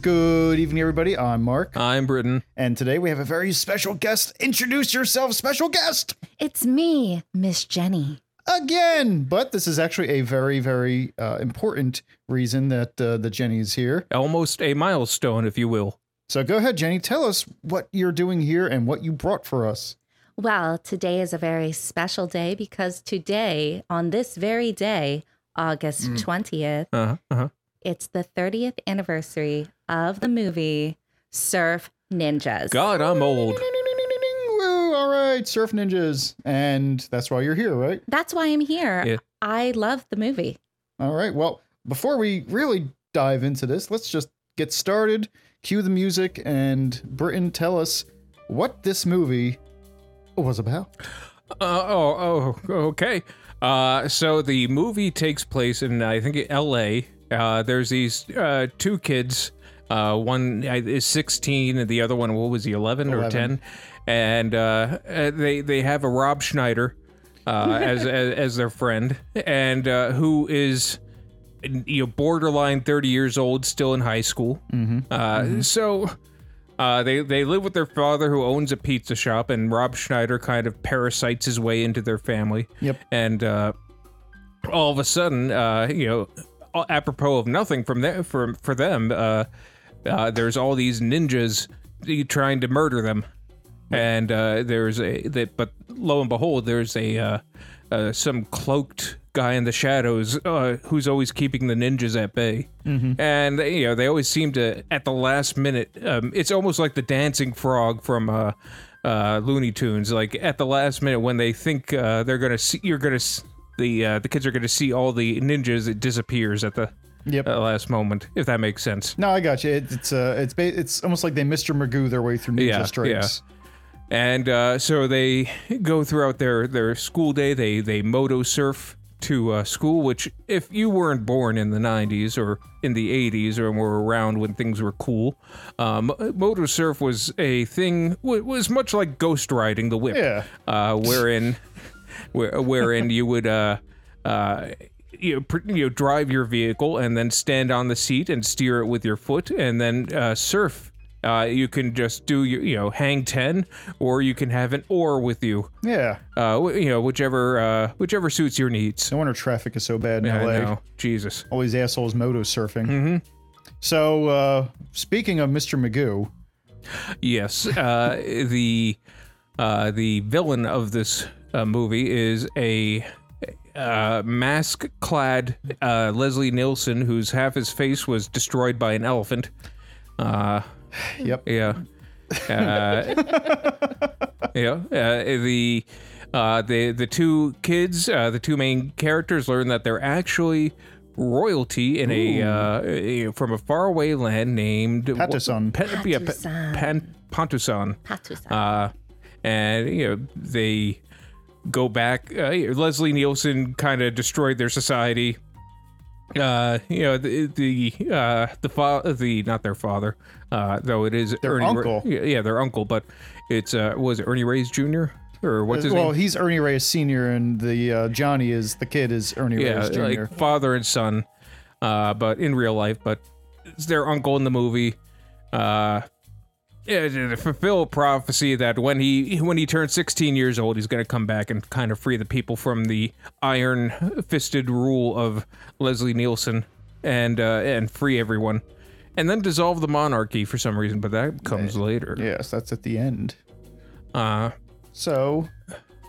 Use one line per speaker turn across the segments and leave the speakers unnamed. Good evening, everybody. I'm Mark,
I'm Britain.
and today we have a very special guest. Introduce yourself, special guest,
It's me, Miss Jenny.
again. But this is actually a very, very uh, important reason that uh, that Jenny is here.
Almost a milestone, if you will.
So go ahead, Jenny. Tell us what you're doing here and what you brought for us.
Well, today is a very special day because today, on this very day, August
Mm.
20th,
Uh-huh, uh-huh.
it's the 30th anniversary of the movie Surf Ninjas.
God, I'm old.
Woo, all right, surf ninjas, and that's why you're here, right?
That's why I'm here.
Yeah.
I love the movie.
All right. Well, before we really dive into this, let's just get started. Cue the music, and Britton, tell us what this movie was about.
Uh, oh, oh, okay. Uh, so the movie takes place in, I think, L.A. Uh, there's these uh, two kids. Uh, one uh, is 16, and the other one, what was he, 11, or
11.
10? And uh, uh, they they have a Rob Schneider uh, as, as as their friend, and uh, who is you know, borderline 30 years old, still in high school. Uh, So uh, they they live with their father, who owns a pizza shop, and Rob Schneider kind of parasites his way into their family.
Yep.
And uh, all of a sudden, uh, you know, a- apropos of nothing from them, for for them, uh, uh, there's all these ninjas trying to murder them, and uh, there's a that. But lo and behold, there's a uh, uh, some cloaked guy in the shadows uh, who's always keeping the ninjas at bay, and you know they always seem to at the last minute. Um, it's almost like the dancing frog from. Uh, uh, Looney Tunes, like at the last minute when they think uh, they're gonna see, you're gonna s the uh, the kids are gonna see all the ninjas. It disappears at the
Yep.
uh, last moment, if that makes sense.
No, I got you. It, it's uh, it's ba- it's almost like they Mr. Magoo their way through Ninja
Yeah,
Stripes.
And uh, so they go throughout their, their school day. They they moto surf to uh, school, which if you weren't born in the '90s or in the '80s or were around when things were cool, um, moto surf was a thing. w- Was much like ghost riding the whip,
Yeah.
uh, wherein where, wherein you would uh, uh, you, know, pr- you know, drive your vehicle and then stand on the seat and steer it with your foot and then uh, surf. Uh, you can just do your, you know, hang ten, or you can have an oar with you.
Yeah.
Uh, wh- you know, whichever, uh, whichever suits your needs.
No wonder traffic is so bad in
I
LA.
know, Jesus.
All these assholes moto surfing. Mm-hmm. So uh, speaking of Mr. Magoo,
Yes, uh, the uh, the villain of this uh, movie is a uh, mask-clad uh, Leslie Nielsen, whose half his face was destroyed by an elephant. Uh,
yep,
yeah. Uh, yeah. Uh, the uh, the the two kids, uh, the two main characters, learn that they're actually royalty in a, uh, a- from a faraway land named
Patterson.
Pe- yeah, Pe-
Pantusan.
Pan- Pantusan.
Patusa.
Uh, and you know they go back. Uh, Leslie Nielsen kind of destroyed their society. Uh, you know the the uh, the fa- the not their father, uh, though it is
Their
Ernie
uncle.
Ra- yeah, yeah, their uncle, but it's uh, was it Ernie Reyes Jr. or what's his
Uh, well,
name?
he's Ernie Reyes Senior, and the uh, Johnny is the kid is Ernie
Yeah,
Reyes Junior.
like father and son, uh, but in real life, but it's their uncle in the movie. Uh, yeah, to fulfill prophecy that when he when he turns 16 years old, he's going to come back and kind of free the people from the iron-fisted rule of Leslie Nielsen and uh, and free everyone, and then dissolve the monarchy for some reason. But that comes later.
yes, that's at the end.
Uh,
So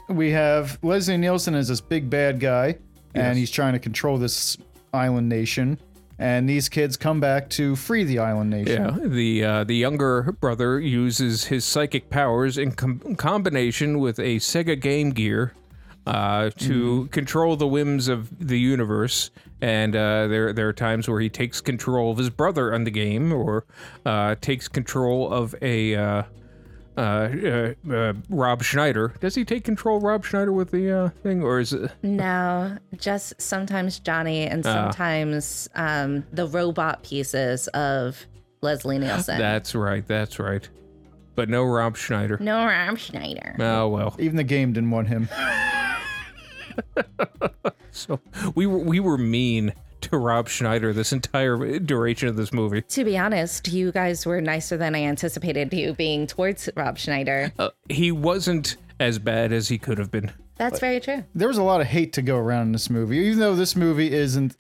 we have Leslie Nielsen as this big bad guy, and he's trying to control this island nation. And these kids come back to free the island nation.
Yeah, the uh, the younger brother uses his psychic powers in com- combination with a Sega Game Gear uh, to control the whims of the universe. And uh, there there are times where he takes control of his brother on the game, or uh, takes control of a. Uh, uh, uh, uh, Rob Schneider. Does he take control of Rob Schneider with the uh, thing, or is it?
no, just sometimes Johnny and
Uh.
sometimes um, the robot pieces of Leslie Nielsen.
That's right. That's right. But no Rob Schneider.
no, Rob Schneider.
Oh well.
Even the game didn't want him.
So we were we were mean to to Rob Schneider this entire duration of this movie.
To be honest, you guys were nicer than I anticipated you being towards Rob Schneider.
Uh, he wasn't as bad as he could have been.
That's very true.
There was a lot of hate to go around in this movie, even though this movie isn't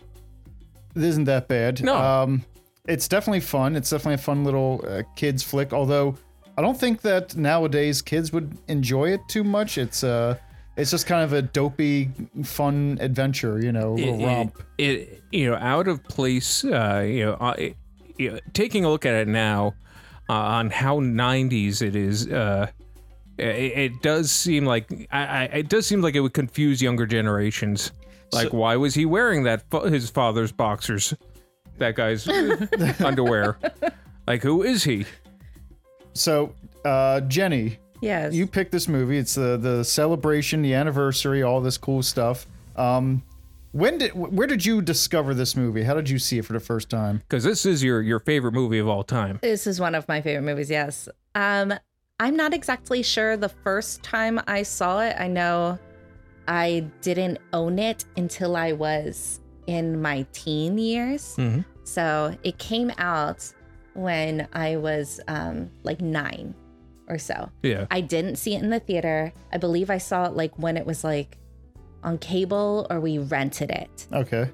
isn't that bad.
No.
um, it's definitely fun. It's definitely a fun little uh, kids flick. Although I don't think that nowadays kids would enjoy it too much. It's uh, it's just kind of a dopey, fun adventure. You know, little romp.
It, it- you know, out of place. Uh, you know, uh, it- you know, taking a look at it now, uh, on how '90s it is. Uh, it, it does seem like I, I, it does seem like it would confuse younger generations. Like, why was he wearing that fa- his father's boxers? That guy's underwear. Like, who is he?
So, uh, Jenny,
Yes.
you picked this movie. It's the the celebration, the anniversary, all this cool stuff. Um, when did where did you discover this movie? How did you see it for the first time?
Because this is your your favorite movie of all time.
This is one of my favorite movies, yes. Um, I'm not exactly sure the first time I saw it. I know I didn't own it until I was in my teen years.
Mhm.
So it came out when I was um, like nine or so.
Yeah.
I didn't see it in the theater. I believe I saw it like when it was like on cable or we rented it.
Okay.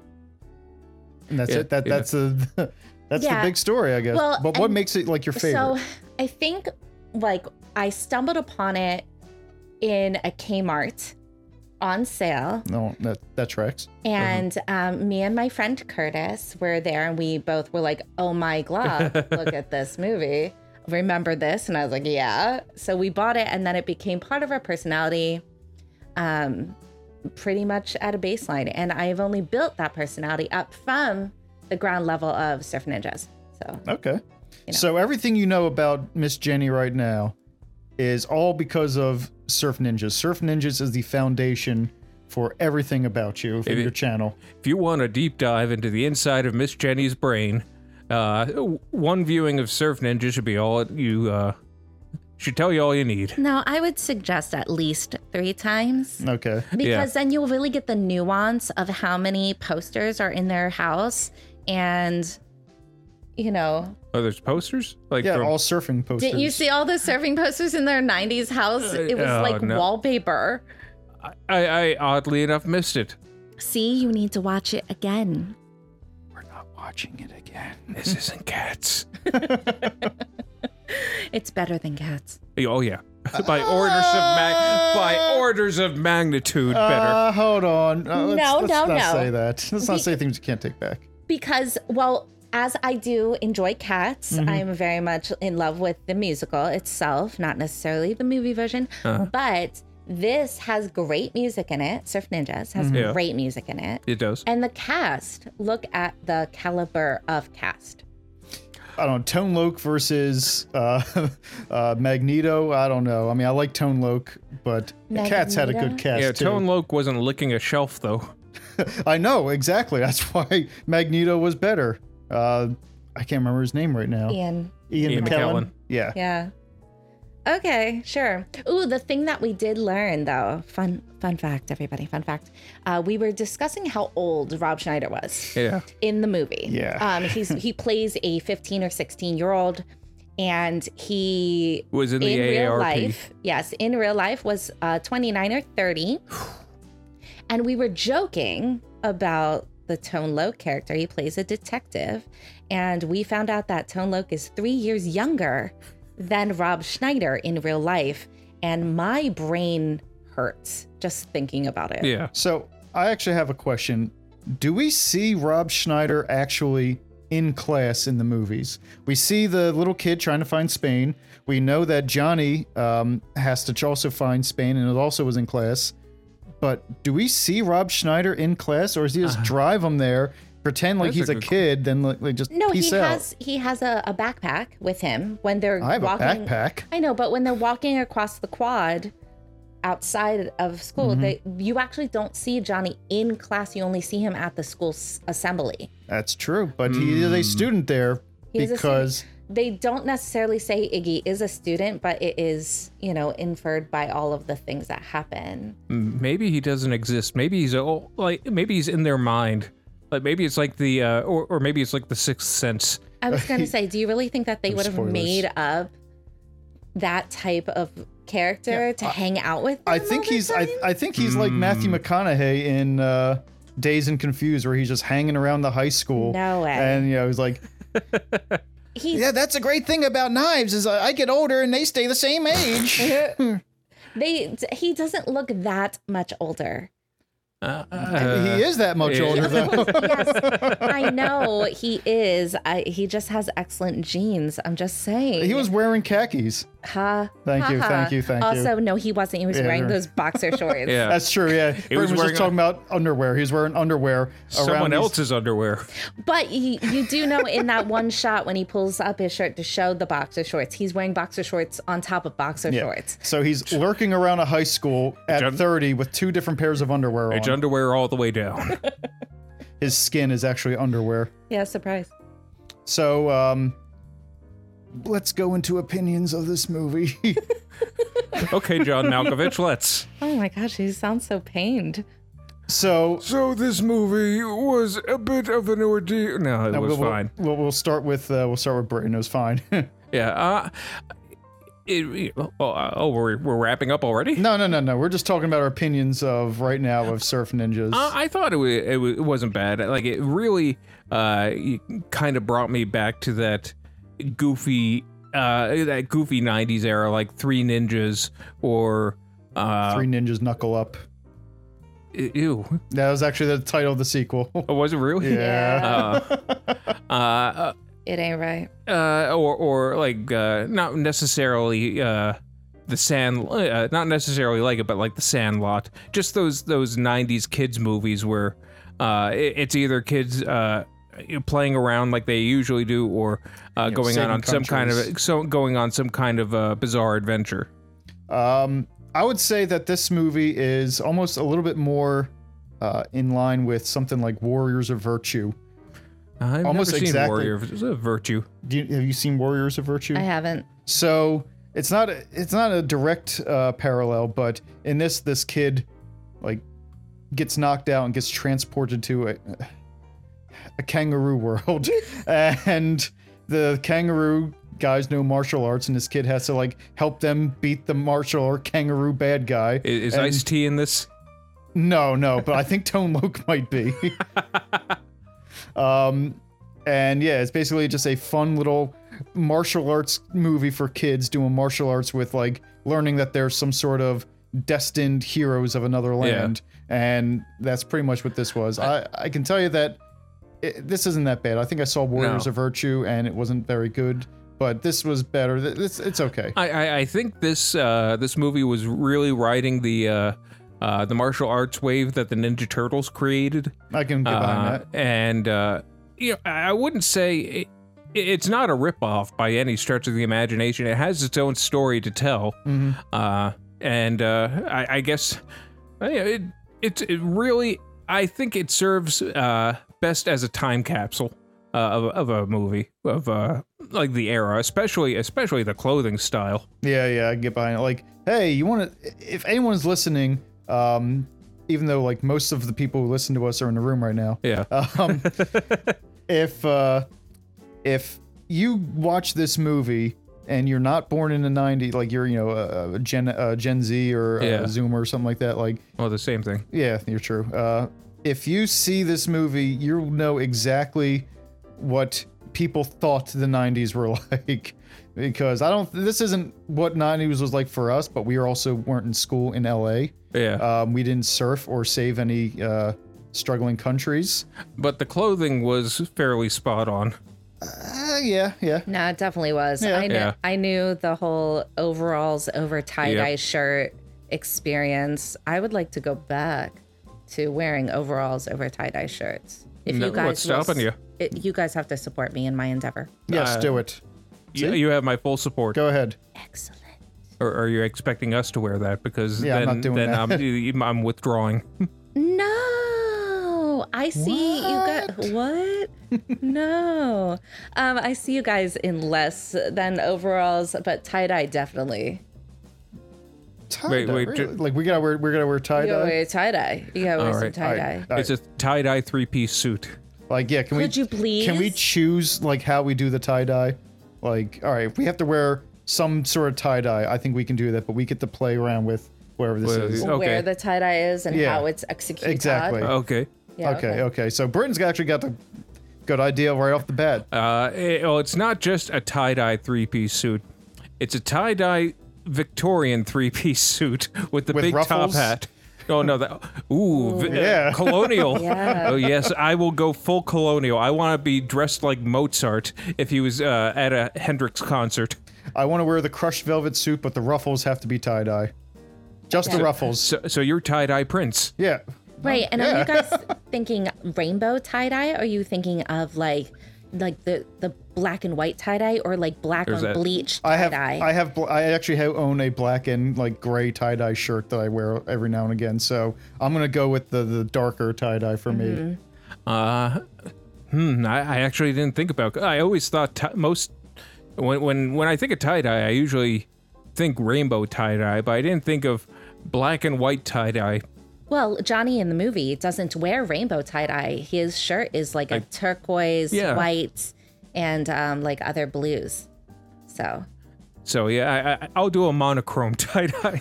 And that's
Yeah,
it. That
yeah.
that's the that's
Yeah.
the big story, I guess.
Well,
but what
and
makes it like your favorite?
So I think like I stumbled upon it in a Kmart on sale.
no, that that tracks.
And um, me and my friend Curtis were there and we both were like, oh my God, look at this movie. Remember this? And I was like, yeah. So we bought it and then it became part of our personality um, pretty much at a baseline. And I've only built that personality up from the ground level of Surf Ninjas. So
Okay.
You know.
So everything you know about Miss Jenny right now is all because of Surf Ninjas. Surf Ninjas is the foundation for everything about you for
If it-
your channel.
If you want a deep dive into the inside of Miss Jenny's brain, uh, one viewing of Surf Ninja should be all you uh, should tell you all you need.
No, I would suggest at least three times
Okay.
because then you'll really get the nuance of how many posters are in their house and, you know,
Oh, there's posters like
Yeah,
from-
all surfing posters.
didn't you see all the serving posters in their 90s house? It was
oh,
like
no.
wallpaper.
I, I oddly enough missed it.
See, you need to watch it again.
We're not watching it again.
This isn't cats.
It's better than cats.
Oh yeah, by orders of mag- by orders of magnitude better.
Uh, hold on. Uh, let's,
No,
let's
no,
not
no.
say that. Let's not say things you can't take back.
Because, well, as I do enjoy cats,
Mm-hmm.
I'm very much in love with the musical itself, not necessarily the movie version,
Uh-huh.
but this has great music in it. Surf Ninjas has
Mm-hmm. Yeah.
great music in it.
It does.
And the cast, look at the caliber of cast.
I don't know, Tone Loc versus uh, uh, Magneto. I don't know. I mean, I like Tone Loc, but the Cats had a good
Magneto?
cast
yeah,
too.
Tone Loc wasn't licking a shelf though.
I know exactly. That's why Magneto was better. Uh, I can't remember his name right now.
Ian.
Ian,
Ian
McKellen.
McKellen.
Yeah.
Yeah. Okay, sure. Ooh, the thing that we did learn though, fun fun fact, everybody, fun fact. Uh, we were discussing how old Rob Schneider was.
Yeah.
in the movie.
Yeah.
Um, he's he plays a 15 or 16 year old, and he
Was in the
real
AARP.
life, yes, in real life was uh, 29 or 30. and we were joking about the Tone Loc character. He plays a detective, and we found out that Tone Loc is three years younger than Rob Schneider in real life, and my brain hurts just thinking about it.
Yeah.
So I actually have a question. Do we see Rob Schneider actually in class in the movies? We see the little kid trying to find Spain. We know that Johnny um, has to also find Spain, and it also was in class. But do we see Rob Schneider in class, or is he just drive him there, pretend like
Uh-huh. That's a
he's a,
good
kid, then like, like just
No,
peace
he
out?
has he has a, a backpack with him when they're
I have
walking.
a backpack.
I know, but when they're walking across the quad outside of school,
Mm-hmm.
they you actually don't see Johnny in class. You only see him at the school s- assembly.
That's true, but he
Hmm.
is a student there
He is a
because
They don't necessarily say Iggy is a student, but it is, you know, inferred by all of the things that happen.
Maybe he doesn't exist. Maybe he's all like maybe he's in their mind. Like maybe it's like the uh, or or maybe it's like the Sixth Sense.
I was gonna say, do you really think that they
No
would have
spoilers.
made up that type of character to hang out with?
I
them
think
all the
he's I,
time?
I think he's like
Hmm.
Matthew McConaughey in uh, Days and Confused, where he's just hanging around the high school.
No way.
And you know he's like,
he's
yeah, that's a great thing about knives is I, I get older and they stay the same age.
they he doesn't look that much older.
Uh,
he is that much
yeah.
older though.
yes, I know he is. I, he just has excellent genes. I'm just saying.
he was wearing khakis.
Ha,
Thank you,
ha,
thank
ha.
you, thank you.
also, no, he wasn't. He was
Yeah,
wearing
right.
those boxer shorts.
yeah.
That's true. Yeah, he
was
was,
wearing
just talking about underwear. He was wearing underwear. around
Someone
these-
else's underwear.
But you, you do know in that one shot when he pulls up his shirt to show the boxer shorts, he's wearing boxer shorts on top of boxer
Yeah.
shorts.
So he's lurking around a high school at
Jump.
30 with two different pairs of underwear
It's
on.
underwear all the way down.
His skin is actually underwear.
Yeah, surprise.
So, um, let's go into opinions of this movie.
okay, John Malkovich, let's.
Oh my gosh, he sounds so pained.
so,
So this movie was a bit of an ordeal. No, it
uh,
was
we'll,
fine.
We'll, we'll start with uh, we'll start with Britain. It was fine. no,
Yeah. Uh, it, it- oh, uh, oh, we're, we're wrapping up already?
no, no, no. We're just talking about our opinions of right now of Surf Ninjas.
Uh, I thought it, wa it, wa it wasn't bad. Like, it really uh, kind of brought me back to that goofy. Uh, that goofy '90s era, like Three Ninjas or uh, e-,
Three Ninjas Knuckle Up.
ew,
That was actually the title of the sequel.
oh, was it really?
yeah.
Uh, uh,
It ain't right.
uh, or or like uh, not necessarily uh, the sand, uh, not necessarily like it, but like the Sandlot. Just those those '90s kids movies where uh, it, it's either kids uh, playing around like they usually do, or uh, going on,
saving
on some kind of
countries.
so going on some kind of uh, bizarre adventure.
Um, I would say that this movie is almost a little bit more uh, in line with something like Warriors of Virtue.
I've
Almost
never seen
exactly.
Warrior of of Virtue.
Do you, have you seen Warriors of Virtue?
I haven't.
So it's not a, it's not a direct uh, parallel, but in this, this kid like gets knocked out and gets transported to a, a kangaroo world, and the kangaroo guys know martial arts, and this kid has to like help them beat the martial or kangaroo bad guy.
Is, is
And-
Ice T in this?
No, no, but I think Tone Loc might be. um, and yeah, it's basically just a fun little martial arts movie for kids doing martial arts with like learning that they're some sort of destined heroes of another land, and that's pretty much what this was. I, I can tell you that it, this isn't that bad. I think I saw Warriors
No.
of Virtue, and it wasn't very good, but this was better. Th- This it's okay.
I, I, I think this uh, this movie was really riding the uh, uh, the martial arts wave that the Ninja Turtles created,
I can get behind
Uh,
that.
and uh, you know, I I wouldn't say it, it's not a ripoff by any stretch of the imagination. It has its own story to tell,
Mhm.
uh, and uh, I, I guess uh, yeah, it it's it really I think it serves uh, best as a time capsule. Uh, of, of a movie of uh, like the era, especially especially the clothing style.
Yeah, yeah, I get behind it. Like, hey, you want to? If anyone's listening, um, even though like most of the people who listen to us are in the room right now,
Yeah.
um, if uh, if you watch this movie and you're not born in the '90s, like you're you know a, a Gen a Gen Z or a
Yeah.
Zoomer or something like that, like
Well, the same thing.
yeah, you're true. Uh, if you see this movie, you'll know exactly what people thought the 90s were like. Because I don't, this isn't what 90s was like for us, but we also weren't in school in LA.
Yeah.
Um, we didn't surf or save any uh, struggling countries.
but the clothing was fairly spot on.
Uh, yeah, yeah.
No, it definitely was.
Yeah.
I knew
Yeah.
I knew the whole overalls over tie dye
Yep.
shirt experience. I would like to go back to wearing overalls over tie dye shirts. If
No,
you guys
what's
will
stopping
s-
you?
it- you guys have to support me in my endeavor.
Yes,
Uh,
do it.
You, you have my full support.
Go ahead.
Excellent.
Or are you expecting us to wear that? Because
Yeah, I'm
then,
not doing
then
that.
I'm, you- I'm withdrawing.
No, I see you guys. What? no, um, I see you guys in less than overalls, but tie dye definitely.
Tie
Wait,
dye.
wait,
really?
ju-
like we gotta wear we gotta wear tie
You gotta
dye.
wear tie dye. You gotta wear
All
some
right.
tie dye.
All right.
It's a tie dye three piece suit.
Like yeah, can
Could
we
you please?
can we choose like how we do the tie dye? Like all right, if we have to wear some sort of tie dye, I think we can do that, but we get to play around with wherever this
Well,
is.
oh, Okay.
Where the tie dye is and
Yeah.
how it's executed.
Exactly.
Okay.
Yeah,
okay, okay, So Britain's actually got the good idea right off the bat.
Uh, eh, oh, it's not just a tie dye three piece suit. It's a tie dye Victorian three piece suit with the
With
big top
ruffles?
hat. Oh no! That ooh, vi- uh,
Yeah.
colonial.
Yeah.
Oh yes, I will go full colonial. I want to be dressed like Mozart if he was uh, at a Hendrix concert.
I want to wear the crushed velvet suit, but the ruffles have to be tie dye. Just the
Yeah.
ruffles.
So, so you're tie dye prince.
yeah.
Right. And are you guys thinking rainbow tie dye? Are you thinking of like like the the black and white tie dye or like black
There's
on
that-
bleach tie
I have
dye?
I have bl- I actually have, own a black and like gray tie dye shirt that I wear every now and again. So I'm gonna go with the the darker tie dye for
Mm-hmm.
me.
Uh, hmm. I, I actually didn't think about. I always thought ti most when when when I think of tie dye, I usually think rainbow tie dye, but I didn't think of black and white tie dye.
well, Johnny in the movie doesn't wear rainbow tie dye. His shirt is like a turquoise,
Yeah.
white, and um, like other blues. So
So yeah, I, I, I'll do a monochrome tie dye.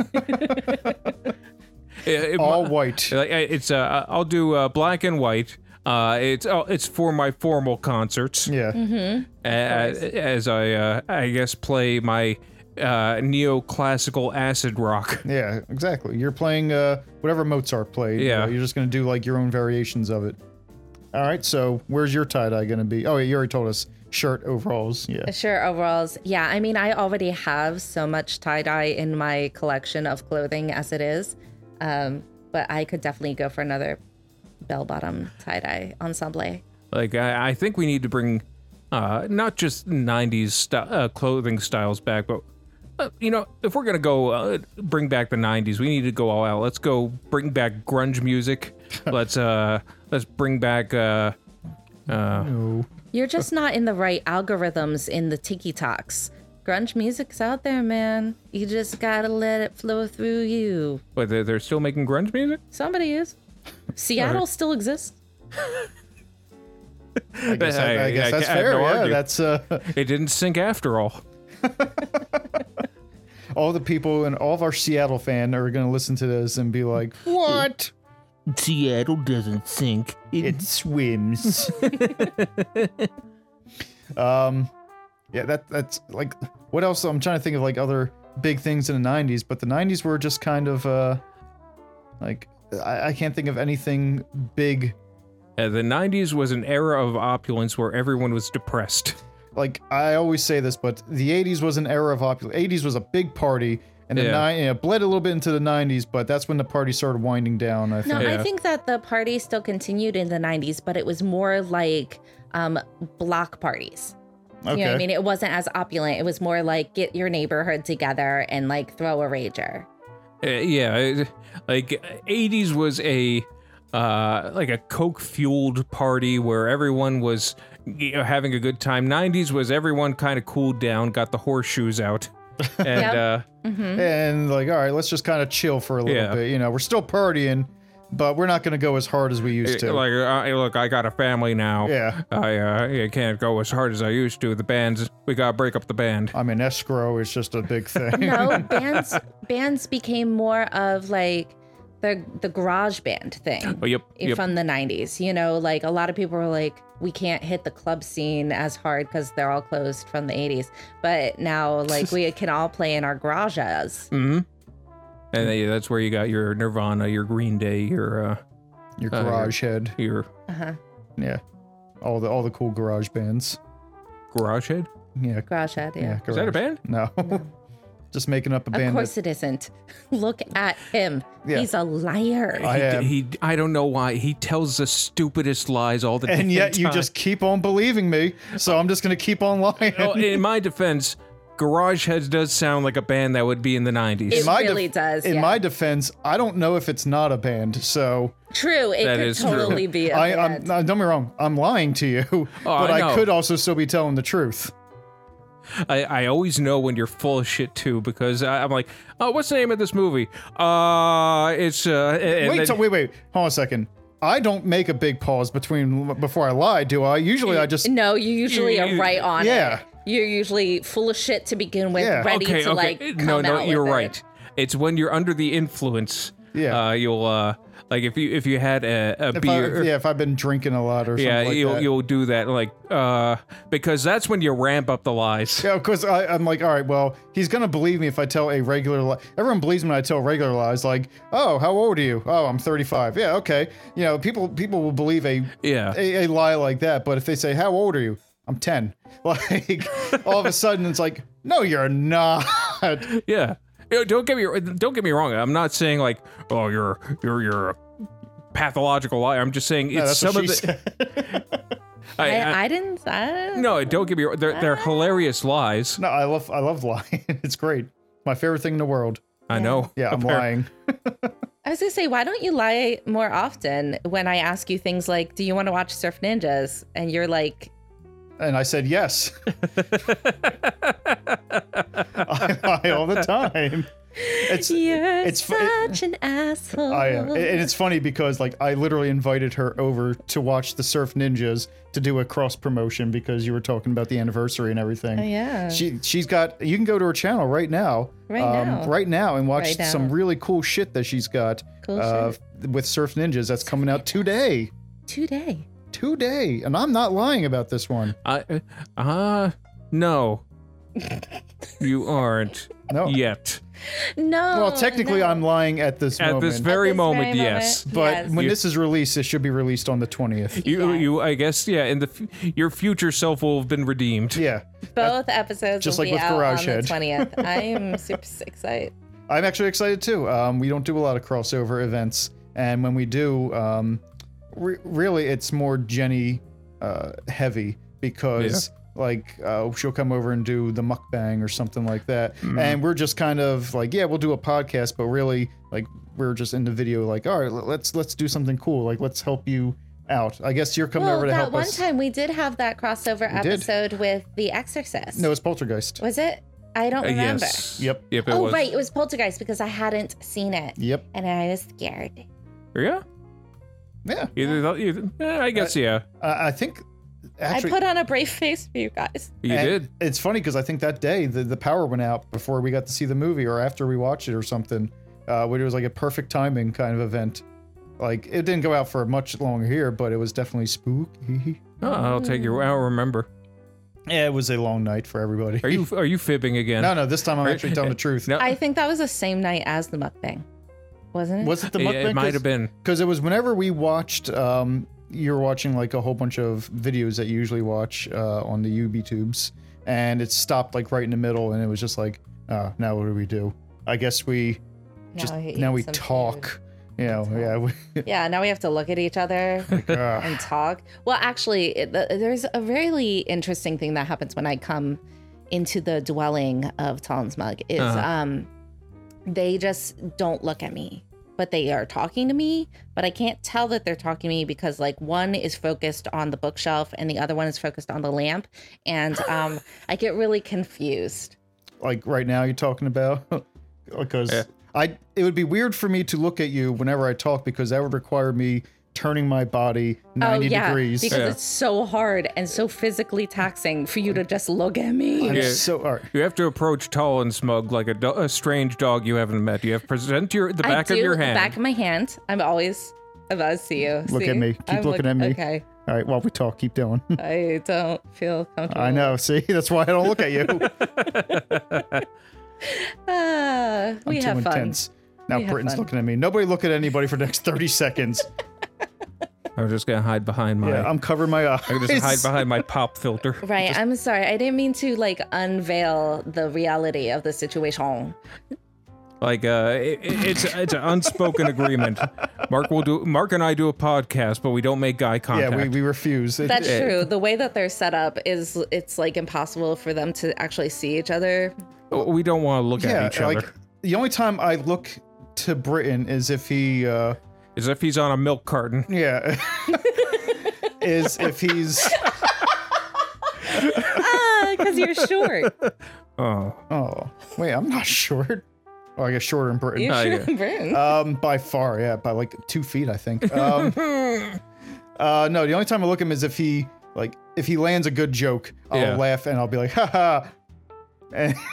All white.
it's uh, I'll do uh, black and white. Uh, it's oh, it's for my formal concerts.
Yeah.
Mm-hmm.
as, as I, uh, I guess, play my uh, neoclassical acid rock.
Yeah. Exactly. You're playing uh, whatever Mozart played. you
Yeah.
know, You're just gonna do like your own variations of it. All right. So where's your tie dye gonna be? Oh, yeah, you already told us shirt overalls. Yeah.
Sure, overalls. Yeah, I mean, I already have so much tie dye in my collection of clothing as it is, um, but I could definitely go for another bell bottom tie dye ensemble.
Like, I, I think we need to bring uh, not just 90s sty uh, clothing styles back, but, uh, you know, if we're going to go uh, bring back the 90s, we need to go all out. Let's go bring back grunge music. let's, uh, let's bring back, uh,
You're just not in the right algorithms in the tiki talks. Grunge music's out there, man. You just gotta let it flow through you.
but they're, they're still making grunge music?
Somebody is. Seattle still exists.
I guess, I,
I-
I guess
I
that's
ca- I have
fair.
no
yeah.
argue.
That's uh,
It didn't sink after all.
all the people and all of our Seattle fan are gonna listen to this and be like, what?
Seattle doesn't sink. It
It
Mm-hmm.
swims. um, yeah, that that's like what else? I'm trying to think of like other big things in the '90s, but the '90s were just kind of uh, like I, I can't think of anything big.
Uh, the 90s was an era of opulence where everyone was depressed.
Like I always say this, but the '80s was an era of opulence. '80s was a big party, and the
Yeah.
ni- yeah, it bled a little bit into the '90s, but that's when the party started winding down. I think.
No,
Yeah.
I think that the party still continued in the 90s, but it was more like um, block parties.
okay.
You know what I mean? It wasn't as opulent. It was more like get your neighborhood together and like throw a rager.
Uh, yeah, it- like '80s was a uh, like a coke fueled party where everyone was you know, having a good time. '90s was everyone kind of cooled down, got the horseshoes out, and uh,
and like all right let's just kind of chill for a little
Yeah.
bit you know we're still partying but we're not going to go as hard as we used to
like I, look, I got a family now.
Yeah.
I uh, I can't go as hard as I used to. The band's we gotta break up the band.
i mean escrow is just a big thing
No, bands bands became more of like the the garage band thing
Oh, yep, yep.
from the 90s. You know, like a lot of people were like we can't hit the club scene as hard cuz they're all closed from the 80s. But now like we can all play in our garages.
Mm-hmm. And they, that's where you got your Nirvana, your Green Day, your uh,
your
Uh,
garage head
your
Uh-huh.
yeah all the all the cool garage bands
Garage Head.
yeah
Garage head, yeah.
yeah garage.
Is that a band?
no just making up a
Of
band
course it isn't. Look at him.
Yeah. Uh,
He's a liar.
I
he,
am.
he I don't know why he tells the stupidest lies all the time.
and yet you just keep on believing me so i'm just going to keep on lying
Well, in my defense, Garage Heads does sound like a band that would be in the
It
'90s.
my def-
really does.
in
yeah.
my defense i don't know if it's not a band so
true, it
That
could
is true.
totally be. A
I, I'm, uh,
band.
no, don't be wrong. I'm lying to you, but
Oh, I
I,
know.
could also still be telling the truth.
I, I always know when you're full of shit too because I, I'm like, oh, what's the name of this movie? Uh, it's uh. and
wait,
then-
so wait, wait, hold on a second. I don't make a big pause between before I lie, do I? Usually, I just
No, you usually are
you-
right on.
yeah.
It. You're usually full of shit to begin with,
Yeah.
ready
okay,
to
okay.
like.
no,
come
no,
out
you're
with it.
right. It's when you're under the influence.
Yeah.
Uh, you'll uh, like if you if you had a, a
if I,
beer.
yeah, if I've been drinking a lot or something
yeah,
like
you'll
that.
you'll do that like uh because that's when you ramp up the lies.
Yeah, of course. I, I'm like, all right, well, he's gonna believe me if I tell a regular lie. Everyone believes me when I tell regular lies. Like, oh, how old are you? Oh, I'm 35. Yeah, okay. You know, people people will believe a
Yeah.
a, a lie like that. But if they say, how old are you? I'm 10. Like, all of a sudden, it's like, no, you're not.
Yeah. You know, don't get me don't get me wrong. I'm not saying like oh you're you're you're a pathological liar. I'm just saying it's
That's
some
what
of
she
the
said.
I, I-
I, I didn't. I didn't
no don't get me wrong. They're, they're hilarious lies.
No, I love I love lying. It's great. My favorite thing in the world.
I know.
Yeah, I'm
Appar-
lying.
I was gonna say, why don't you lie more often when I ask you things like, "Do you want to watch Surf Ninjas?" and you're like,
And I said yes. I lie all the time. It's
"You're
it's fu-
such an asshole."
I uh, am. And it's funny because like I literally invited her over to watch the Surf Ninjas to do a cross promotion because you were talking about the anniversary and everything.
Oh, yeah.
She she's got you can go to her channel right now. um,
Right now.
Right now and watch
Right now.
some really cool shit that she's got
Cool
uh,
shit.
with Surf Ninjas that's coming out today.
Today.
Today. And I'm not lying about this one.
I uh no. you aren't
No.
yet.
No.
Well, technically
Oh, no.
I'm lying at this
At
moment.
this very
At this
moment,
very
yes.
moment.
but
Yes.
when
You-
this is released, it should be released on the 20th.
You,
Yes.
you, I guess, yeah. And the f- your future self will have been redeemed.
Yeah.
both episodes
just
will
like
be
with
out
Garage
on
Head.
the twentieth. I am super excited.
I'm actually excited too. Um, we don't do a lot of crossover events, and when we do, um, re- really, it's more Jenny uh, heavy because like uh, she'll come over and do the mukbang or something like that, and we're just kind of like, yeah, we'll do a podcast, but really, like, we're just in the video, like, all right, let's let's do something cool, like, let's help you out. I guess you're coming
well,
over to
that
help
one
us.
time we did have that crossover
We did.
episode with The Exorcist.
no, it's Poltergeist.
was it? I don't
Uh,
remember.
yes.
Yep.
Yep. It
Oh,
was.
right, it was Poltergeist because I hadn't seen it
Yep.
and I was scared.
Yeah.
Yeah.
Either, tho- either eh, I
Uh,
guess. yeah.
I, I think. Actually,
I put on a brave face for you guys.
You
And
did.
It's funny because I think that day the, the power went out before we got to see the movie or after we watched it or something. Uh, which was like a perfect timing kind of event. Like it didn't go out for much longer here, but it was definitely spooky.
Oh, I'll take your. I don't remember.
Yeah, it was a long night for everybody.
Are you are you fibbing again?
No, no. This time I'm
Are-
actually telling the truth.
No.
I think that was the same night as the mukbang, wasn't it?
Was it the
it, it might
mukbang?
have been.
Because it was whenever we watched. Um, you were watching like a whole bunch of videos that you usually watch uh, on the UB tubes, and it stopped like right in the middle, and it was just like, oh, now what do we do? I guess we just
I eat
now we
some food.
talk. You know, yeah, we,
Yeah, now we have to look at each other
ah,
and talk. Well, actually, it, th- there's a really interesting thing that happens when I come into the dwelling of Talon's mug. Is
Uh-huh.
um, they just don't look at me, but they are talking to me, but I can't tell that they're talking to me because like one is focused on the bookshelf and the other one is focused on the lamp, and um, I get really confused.
like right now you're talking about because
Yeah.
I it would be weird for me to look at you whenever I talk because that would require me turning my body 90
oh yeah,
degrees.
because
Yeah.
it's so hard and so physically taxing for you to just look at me.
I'm
Yeah.
so all right.
You have to approach tall and smug like a, do- a strange dog you haven't met. You have present your the
I
back
do,
of your
the
hand.
Back of my hand. I'm always about to see you.
Look at
See?
me. Keep
I'm
looking at me.
Okay.
All right, while we talk, keep doing.
I don't feel comfortable.
I know. See, that's why I don't look at you.
Ah, we
I'm
have
too
fun.
intense. Now
We have
Britain's
fun.
looking at me. Nobody look at anybody for the next 30 seconds.
I'm just gonna hide behind my.
yeah, I'm covering my eyes.
I'm just hide behind my pop filter.
Right. I'm sorry. I didn't mean to like unveil the reality of the situation.
Like uh, it, it- it's it's an unspoken agreement. Mark will do. Mark and I do a podcast, but we don't make eye contact.
Yeah, we, we refuse. It-
That's
Eh.
true. The way that they're set up is it's like impossible for them to actually see each other.
We don't want to look
yeah,
at each
like
other.
the only time I look to Britain is if he uh
As if he's on a milk carton.
Yeah. is if he's
Ah, because you're short.
Oh,
Oh, wait, I'm not short. Oh, I guess shorter in Britain.
You're
Oh,
short
yeah.
in Britain.
Um, by far, yeah, by like two feet, I think. Um, uh, no, the only time I look at him is if he like if he lands a good joke, I'll
Yeah.
laugh and I'll be like, ha ha. And-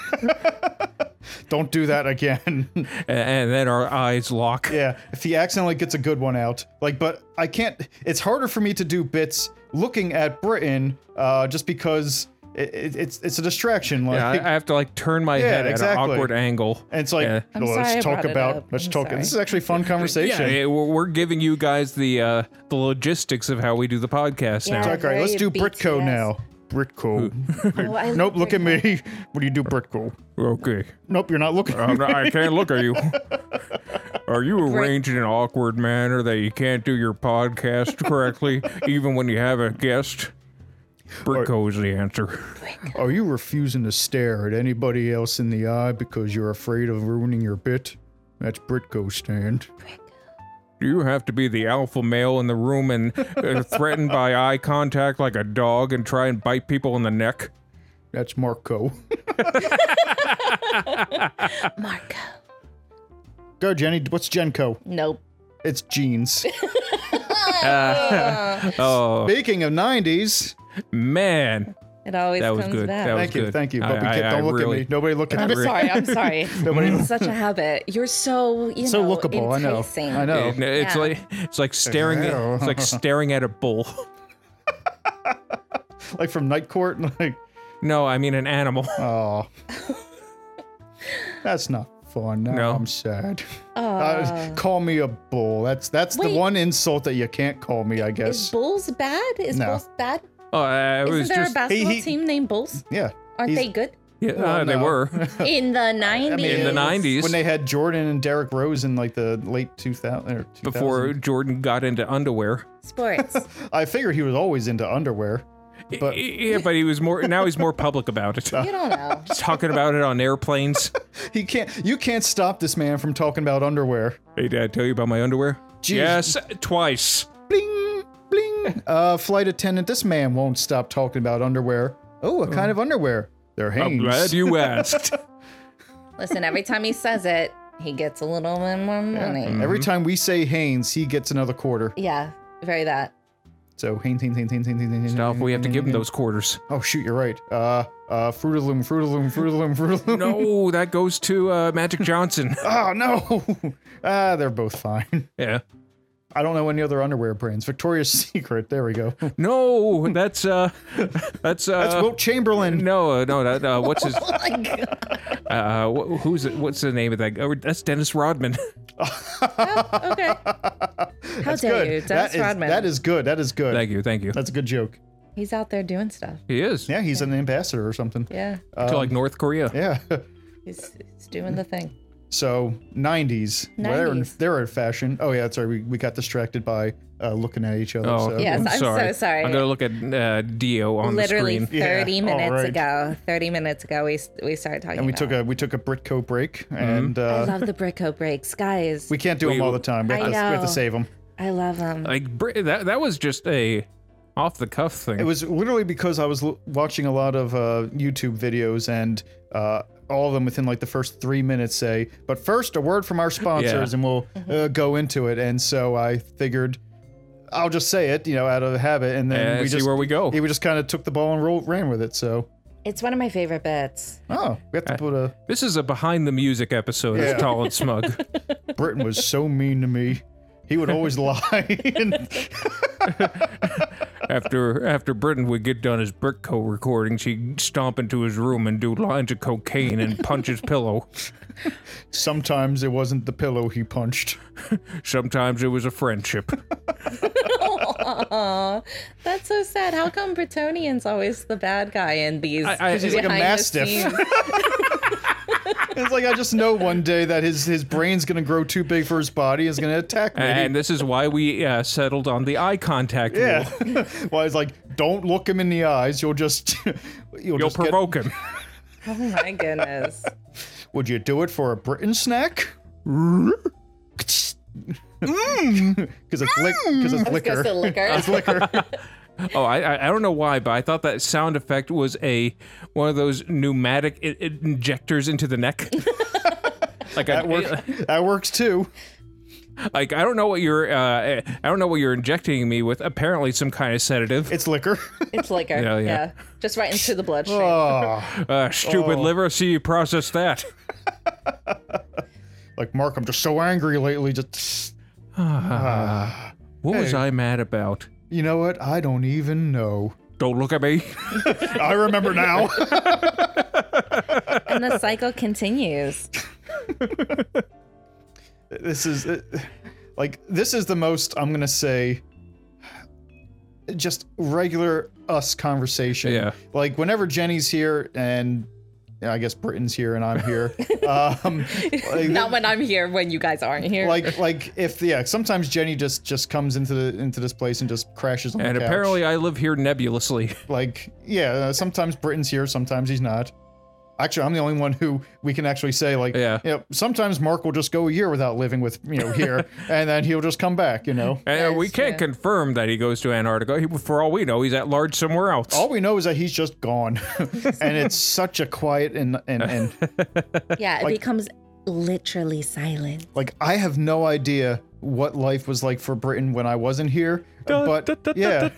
Don't do that again.
and, and then our eyes lock.
yeah, if he accidentally gets a good one out, like, but I can't. It's harder for me to do bits looking at Britain, uh, just because it, it, it's it's a distraction. Like,
Yeah, I, I have to like turn my
Yeah,
head at an
exactly.
awkward angle.
and it's like,
Yeah.
I'm
well,
sorry I
let's talk
brought it
about,
up.
let's
I'm
talk.
sorry.
This is actually a fun
Yeah,
conversation.
yeah, we're we're giving you guys the uh, the logistics of how we do the podcast
Yeah.
It's
now.
like, all right, let's do
Very
Britco
BTS.
now. Britco.
Oh, I love
nope, look at
Britco.
me. What do you do, Britco?
Okay,
Nope, you're not looking.
I'm not, I can't look at you. Are you arranged in an awkward manner that you can't do your podcast correctly, even when you have a guest? Britko is the answer.
Are Oh, you refusing to stare at anybody else in the eye because you're afraid of ruining your bit? That's Britco stand.
You have to be the alpha male in the room and uh, threatened by eye contact like a dog and try and bite people in the neck.
That's Marco.
Marco.
Go, Jenny. What's Genco?
Nope.
It's jeans.
Oh
Speaking of 90s,
man,
It always
that
comes
was good.
back.
That was
thank you,
good.
thank you. But
I-
we
I-
can't,
I
don't look
really-
at me. Nobody look at
I'm
me.
sorry. I'm sorry.
Nobody.
Such a habit. You're so you
so
know,
lookable. I know.
enticing.
I know.
It- it's
Yeah.
like it's like staring. At, it's like staring at a bull.
Like from Night Court. Like,
No, I mean an animal.
oh, that's not fun. Now
No.
I'm sad.
Oh.
Uh, call me a bull. That's that's
Wait.
the one insult that you can't call me. I
Is
guess.
Bulls bad? Is
No.
Bulls bad?
Oh, I I was
Isn't there a
just.
basketball
he-
team named Bulls?
yeah.
Aren't
he's-
they good?
yeah, uh, they
no.
were
In the 90s.
in the nineties
When they had Jordan and Derrick Rose in like the late 2000 or 2000.
before Jordan got into underwear.
Sports.
I figured he was always into underwear. But-
Y- y- yeah, but he was more. Now he's more public about it.
you don't know.
Talking about it on airplanes.
He can't. You can't stop this man from talking about underwear.
Hey, Dad, tell you about my underwear?
Jeez.
Yes, twice.
Bling, bling. Uh, flight attendant, this man won't stop talking about underwear. Oh, what kind of underwear? They're
I'm
Hanes.
glad you asked.
Listen, every time he says it, he gets a little bit more money. Yeah.
Mm-hmm.
Every time we say Hanes, he gets another quarter.
very that.
So Hanes, Hanes, Hanes, Hanes, Hanes, Hanes. Hanes,
Stuff. We have to
Hanes,
give him
Hanes.
those quarters.
Oh shoot, you're right. Uh, uh, Fruit of the Loom, Fruit of the Loom, Fruit of the Loom, Fruit of the Loom.
No, that goes to uh, Magic Johnson.
Oh no. Ah, they're both fine.
Yeah.
I don't know any other underwear brands. Victoria's Secret. There we go.
No, that's uh, that's uh,
That's Wilt Chamberlain.
no, uh, no, that uh, what's his?
Oh
Uh, wh- who's it? What's the name of that? guy? Oh, that's Dennis Rodman.
Okay. How
That's
dare
good.
you?
That
Dennis
is,
Rodman.
that is good. That is good.
Thank you, thank you.
That's a good joke.
He's out there doing stuff.
He is
Yeah, he's an ambassador or something.
Yeah.
to like North Korea.
Yeah.
He's, he's doing the thing.
So 90s. They're, in,
90s.
they're in fashion. Oh, yeah. Sorry. We, we got distracted by uh, looking at each other.
Oh,
so.
Yes,
I'm
I'm so
sorry.
sorry.
I'm gonna look at uh, Dio on
Literally
the screen.
Yeah,
30
all
minutes
right.
ago. 30 minutes ago, we, we started talking
And we
about
took a we took a Britco break,
Mm-hmm.
and
I
uh,
love the Brico breaks, guys.
we can't do them all the time. We have,
I
to, we have to
know.
save them.
I love them.
Like Br- that. That was just a off the cuff thing.
It was literally because I was l- watching a lot of uh, YouTube videos, and uh, all of them within like the first three minutes say, "But first, a word from our sponsors,
Yeah.
and we'll uh, go into it." And so I figured I'll just say it, you know, out of habit, and then
And
we
Uh, see
just
where we go.
yeah, we just kind of took the ball and rolled, ran with it. So
It's one of my favorite bits.
oh, we have to put a
This is a behind the music episode
Yeah.
of Tall and Smug.
Britain was so mean to me. He would always lie. And-
after after Britain would get done his Britco recording, she'd stomp into his room and do lines of cocaine and punch his pillow.
sometimes it wasn't the pillow he punched.
Sometimes it was a friendship.
Aw, that's so sad. How come Bretonian's always the bad guy in these?
I- I- He's
like a
behind the
mastiff.
scenes?
It's like I just know one day that his his brain's gonna grow too big for his body. Is gonna attack me.
and this is why we uh, settled on the eye contact rule.
Yeah. well, it's like, don't look him in the eyes. You'll just, you'll,
You'll
just get-
provoke him.
oh my goodness.
Would you do it for a Britain snack? Mm. Because it's, lick- 'cause it's
Let's go
liquor.
to liquor.
It's liquor.
Oh, I- I I don't know why, but I thought that sound effect was a one of those pneumatic i- i- injectors into the neck. like
That works.
a,
that works too.
like I don't know what you're uh, I don't know what you're injecting me with. Apparently, some kind of sedative.
It's liquor.
It's liquor.
Yeah,
yeah,
yeah.
Just right into the bloodstream.
oh,
Uh, stupid liver, see you process that.
like Mark, I'm just so angry lately. Just
What was I mad about?
you know what? I don't even know.
Don't look at me.
I remember now.
And the cycle continues.
this is uh, like this is the most I'm gonna say just regular us conversation.
Yeah.
Like whenever Jenny's here and yeah, I guess Britain's here and I'm here. um, like,
Not when I'm here, when you guys aren't here.
like like if yeah, sometimes Jenny just just comes into the into this place and just crashes on
And
the couch.
apparently, I live here nebulously.
like yeah, uh, sometimes Britain's here, sometimes he's not. Actually, I'm the only one who we can actually say like
Yeah.
you know, sometimes Mark will just go a year without living with you know here and then he'll just come back, you know.
And
Yes,
we can't
yeah.
confirm that he goes to Antarctica. He, for all we know, he's at large somewhere else.
All we know is that he's just gone, and it's such a quiet and and and
yeah, it
like-
becomes literally silent.
like I have no idea what life was like for Britain when I wasn't here. But yeah,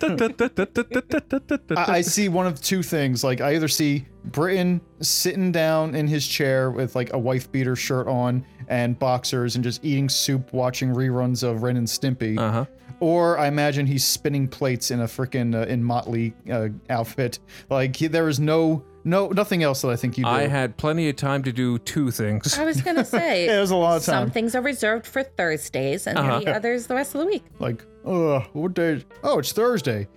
I, I see one of two things. Like I either see Britain sitting down in his chair with like a wife beater shirt on and boxers and just eating soup, watching reruns of Ren and Stimpy,
Uh-huh.
or I imagine he's spinning plates in a freaking uh, in motley uh, outfit. Like he, there is no no nothing else that I think you do.
I had plenty of time to do two things.
I was going to say,
Yeah, it was a lot of time. Uh-huh.
some things are reserved for Thursdays and the others the rest of the week.
like, oh, what day? is- Oh, it's Thursday.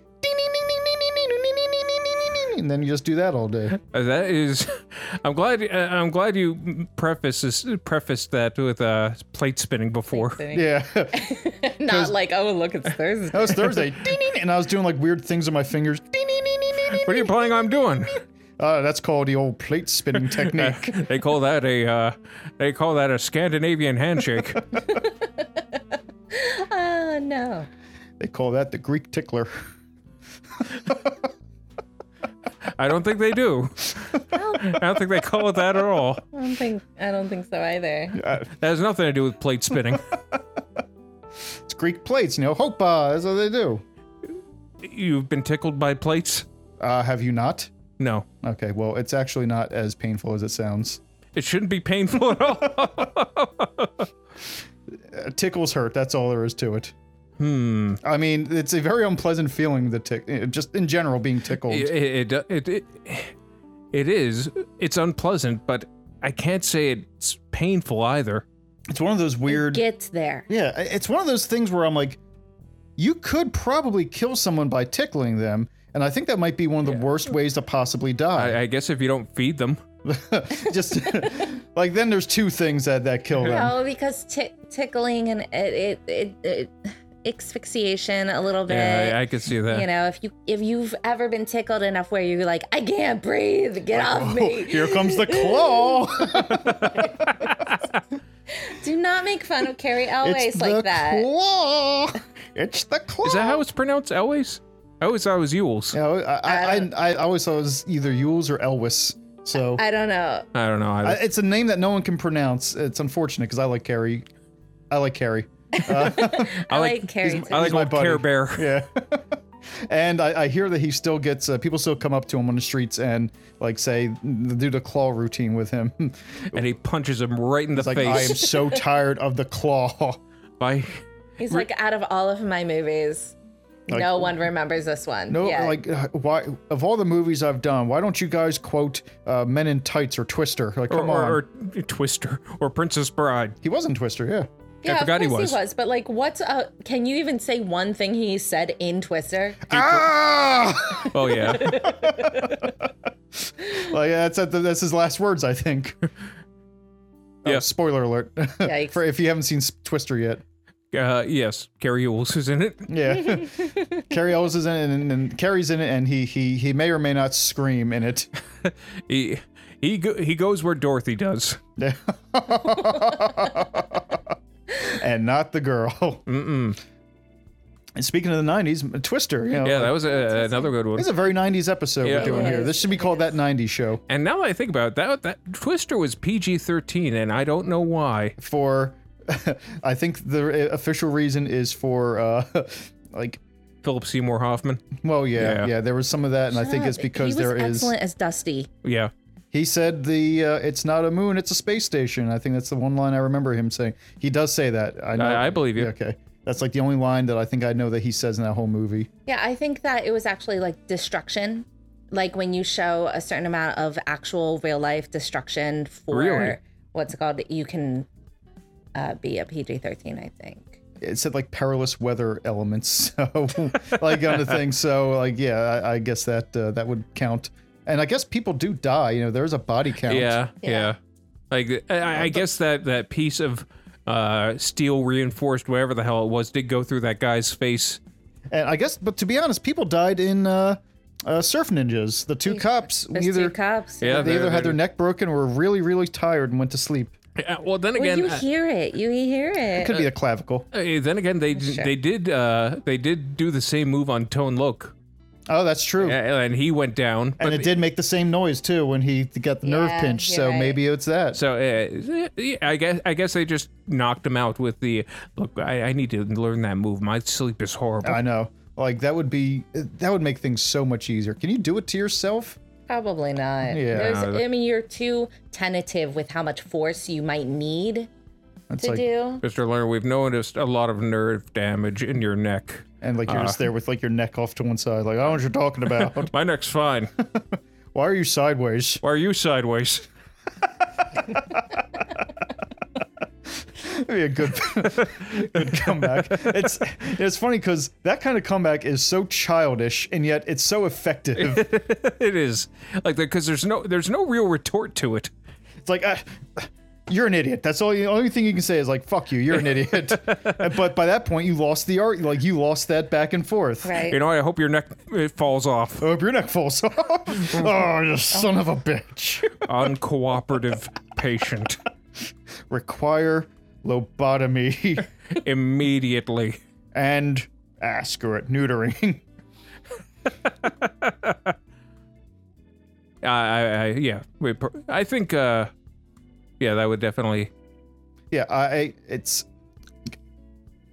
And then you just do that all day.
Uh, That is, I'm glad. Uh, I'm glad you preface this, prefaced that with uh, plate spinning before.
Yeah. That
Not like, oh, look, it's Thursday.
was Thursday. And I was doing like weird things with my fingers.
What are you planning on doing?
Uh, that's called the old plate spinning technique.
They call that a uh, they call that a Scandinavian handshake.
Oh, no.
They call that the Greek tickler.
I don't think they do. I don't think they call it that at all.
I don't think, I don't think so either.
That has nothing to do with plate spinning.
It's Greek plates, you know. Hopa, that's what they do.
You've been tickled by plates?
Uh, have you not?
No,
Okay, well, it's actually not as painful as it sounds.
it shouldn't be painful at all.
Uh, tickles hurt. That's all there is to it. Hmm. I mean, it's a very unpleasant feeling. The tick, uh, just in general, being tickled.
It, it, it, it, it is. It's unpleasant, but I can't say it's painful either.
It's one of those weird.
Get there.
Yeah, i- it's one of those things where I'm like, you could probably kill someone by tickling them, and I think that might be one of the worst ways to possibly die.
I, I guess if you don't feed them.
Just like then there's two things that that kill them.
No, because ti- tickling and it, it, it, it, asphyxiation a little bit.
Yeah, I, I could see that.
you know if you if you've ever been tickled enough where you're like i can't breathe get off me
Here comes the claw.
do not make fun of carrie
it's
elways
the
like that
claw. It's the claw.
Is that how it's pronounced? Always? I always thought it was Yules.
You know, I, I, I, I always thought it was either Yules or Elwes. So
i don't know
I don't know.
I,
I,
it's a name that no one can pronounce. It's unfortunate because I like Carrie. I like Carrie.
i, like,
like-
carrie too.
I like
my
old
buddy.
Care Bear.
Yeah. and I, I hear that he still gets uh, people still come up to him on the streets and like say do the claw routine with him.
And he punches him right in the
like I am
face.
so tired of the claw.
By,
he's like out of all of my movies no one remembers this one
No,
Yeah.
like uh, why of all the movies I've done, why don't you guys quote uh, Men in Tights or Twister? Like
or,
come on,
or, or Twister. Or Princess Bride.
he wasn't Twister, yeah.
yeah,
forgot
of
he
course
was.
but like, what's a? Can you even say one thing he said in Twister?
Ah!
Oh, yeah.
like that's at the, that's his last words, I think. Oh,
Yeah.
spoiler alert.
Yikes.
For if you haven't seen S- Twister yet.
uh, yes. Carrie Yules is in it.
Yeah, Carrie Ellis is in it, and, and Carrie's in it, and he he he may or may not scream in it.
He he go, he goes where Dorothy does.
and not the girl. Mm-mm. And speaking of the '90s, Twister. You know,
Yeah, that was a, another good one.
it's a very '90s episode
Yeah.
we're doing
It
here.
is,
This should be called that '90s show
And now that I think about it, that, that Twister was PG 13, and I don't know why.
for. I think the eh, official reason is for uh, like.
Philip Seymour Hoffman.
Well, yeah,
Yeah.
yeah, There was some of that, and I think it's because
he was
there is.
excellent as Dusty.
Yeah.
He said the uh, it's not a moon, it's a space station. I think that's the one line I remember him saying. He does say that. know.
I- I believe you.
Yeah, okay, that's like the only line that I think I know that he says in that whole movie.
Yeah, I think that it was actually like destruction. Like when you show a certain amount of actual real life destruction for
Really?
what's it called, you can uh, be a PG 13, I think.
It said like perilous weather elements, so like on the thing. So like yeah, I, I guess that uh, that would count. And I guess people do die. You know, there's a body count.
Yeah. Yeah. Like, I- I, I guess that, that piece of uh, steel reinforced, whatever the hell it was, did go through that guy's face.
And I guess, but to be honest, people died in uh, uh, Surf Ninjas. The two cops
There's
either
two cops.
Yeah.
they
they're-
either had their
they're-
neck broken or were really really tired and went to sleep.
Yeah, well, then
Well,
again,
you
uh,
hear it. You hear it.
Could be a clavicle.
Uh, then again, they they did uh, they did do the same move on Tone Look,
Oh, that's true.
and he went down.
and
but-
it did make the same noise too when he got the nerve
Yeah,
pinch.
you're
So
right.
maybe it's that.
so uh, yeah, I guess I guess they just knocked him out with the look. I, I need to learn that move. My sleep is horrible.
I know. Like that would be that would make things so much easier. Can you do it to yourself?
Probably not.
Yeah.
There's, I mean, you're too tentative with how much force you might need
It's
to
like
do.
Mr. Leonard, we've noticed a lot of nerve damage in your neck.
and like
Uh-huh.
you're just there with like your neck off to one side. Like I don't know what you're talking about.
My neck's fine.
Why are you sideways?
Why are you sideways?
That'd be a good, good comeback. It's it's funny because that kind of comeback is so childish and yet it's so effective.
it is like because there's no there's no real retort to it.
It's like, ah, you're an idiot. That's all. The only thing you can say is like, "Fuck you, you're an idiot." but by that point, you lost the art. Like you lost that back and forth.
Right.
You know, I hope your neck uh falls off.
I hope your neck falls off. oh, you son of a bitch.
Uncooperative patient
Require lobotomy
immediately.
and askeret neutering.
I, I, I yeah, we, pr- I think, uh, yeah, that would definitely.
yeah, I I- it's.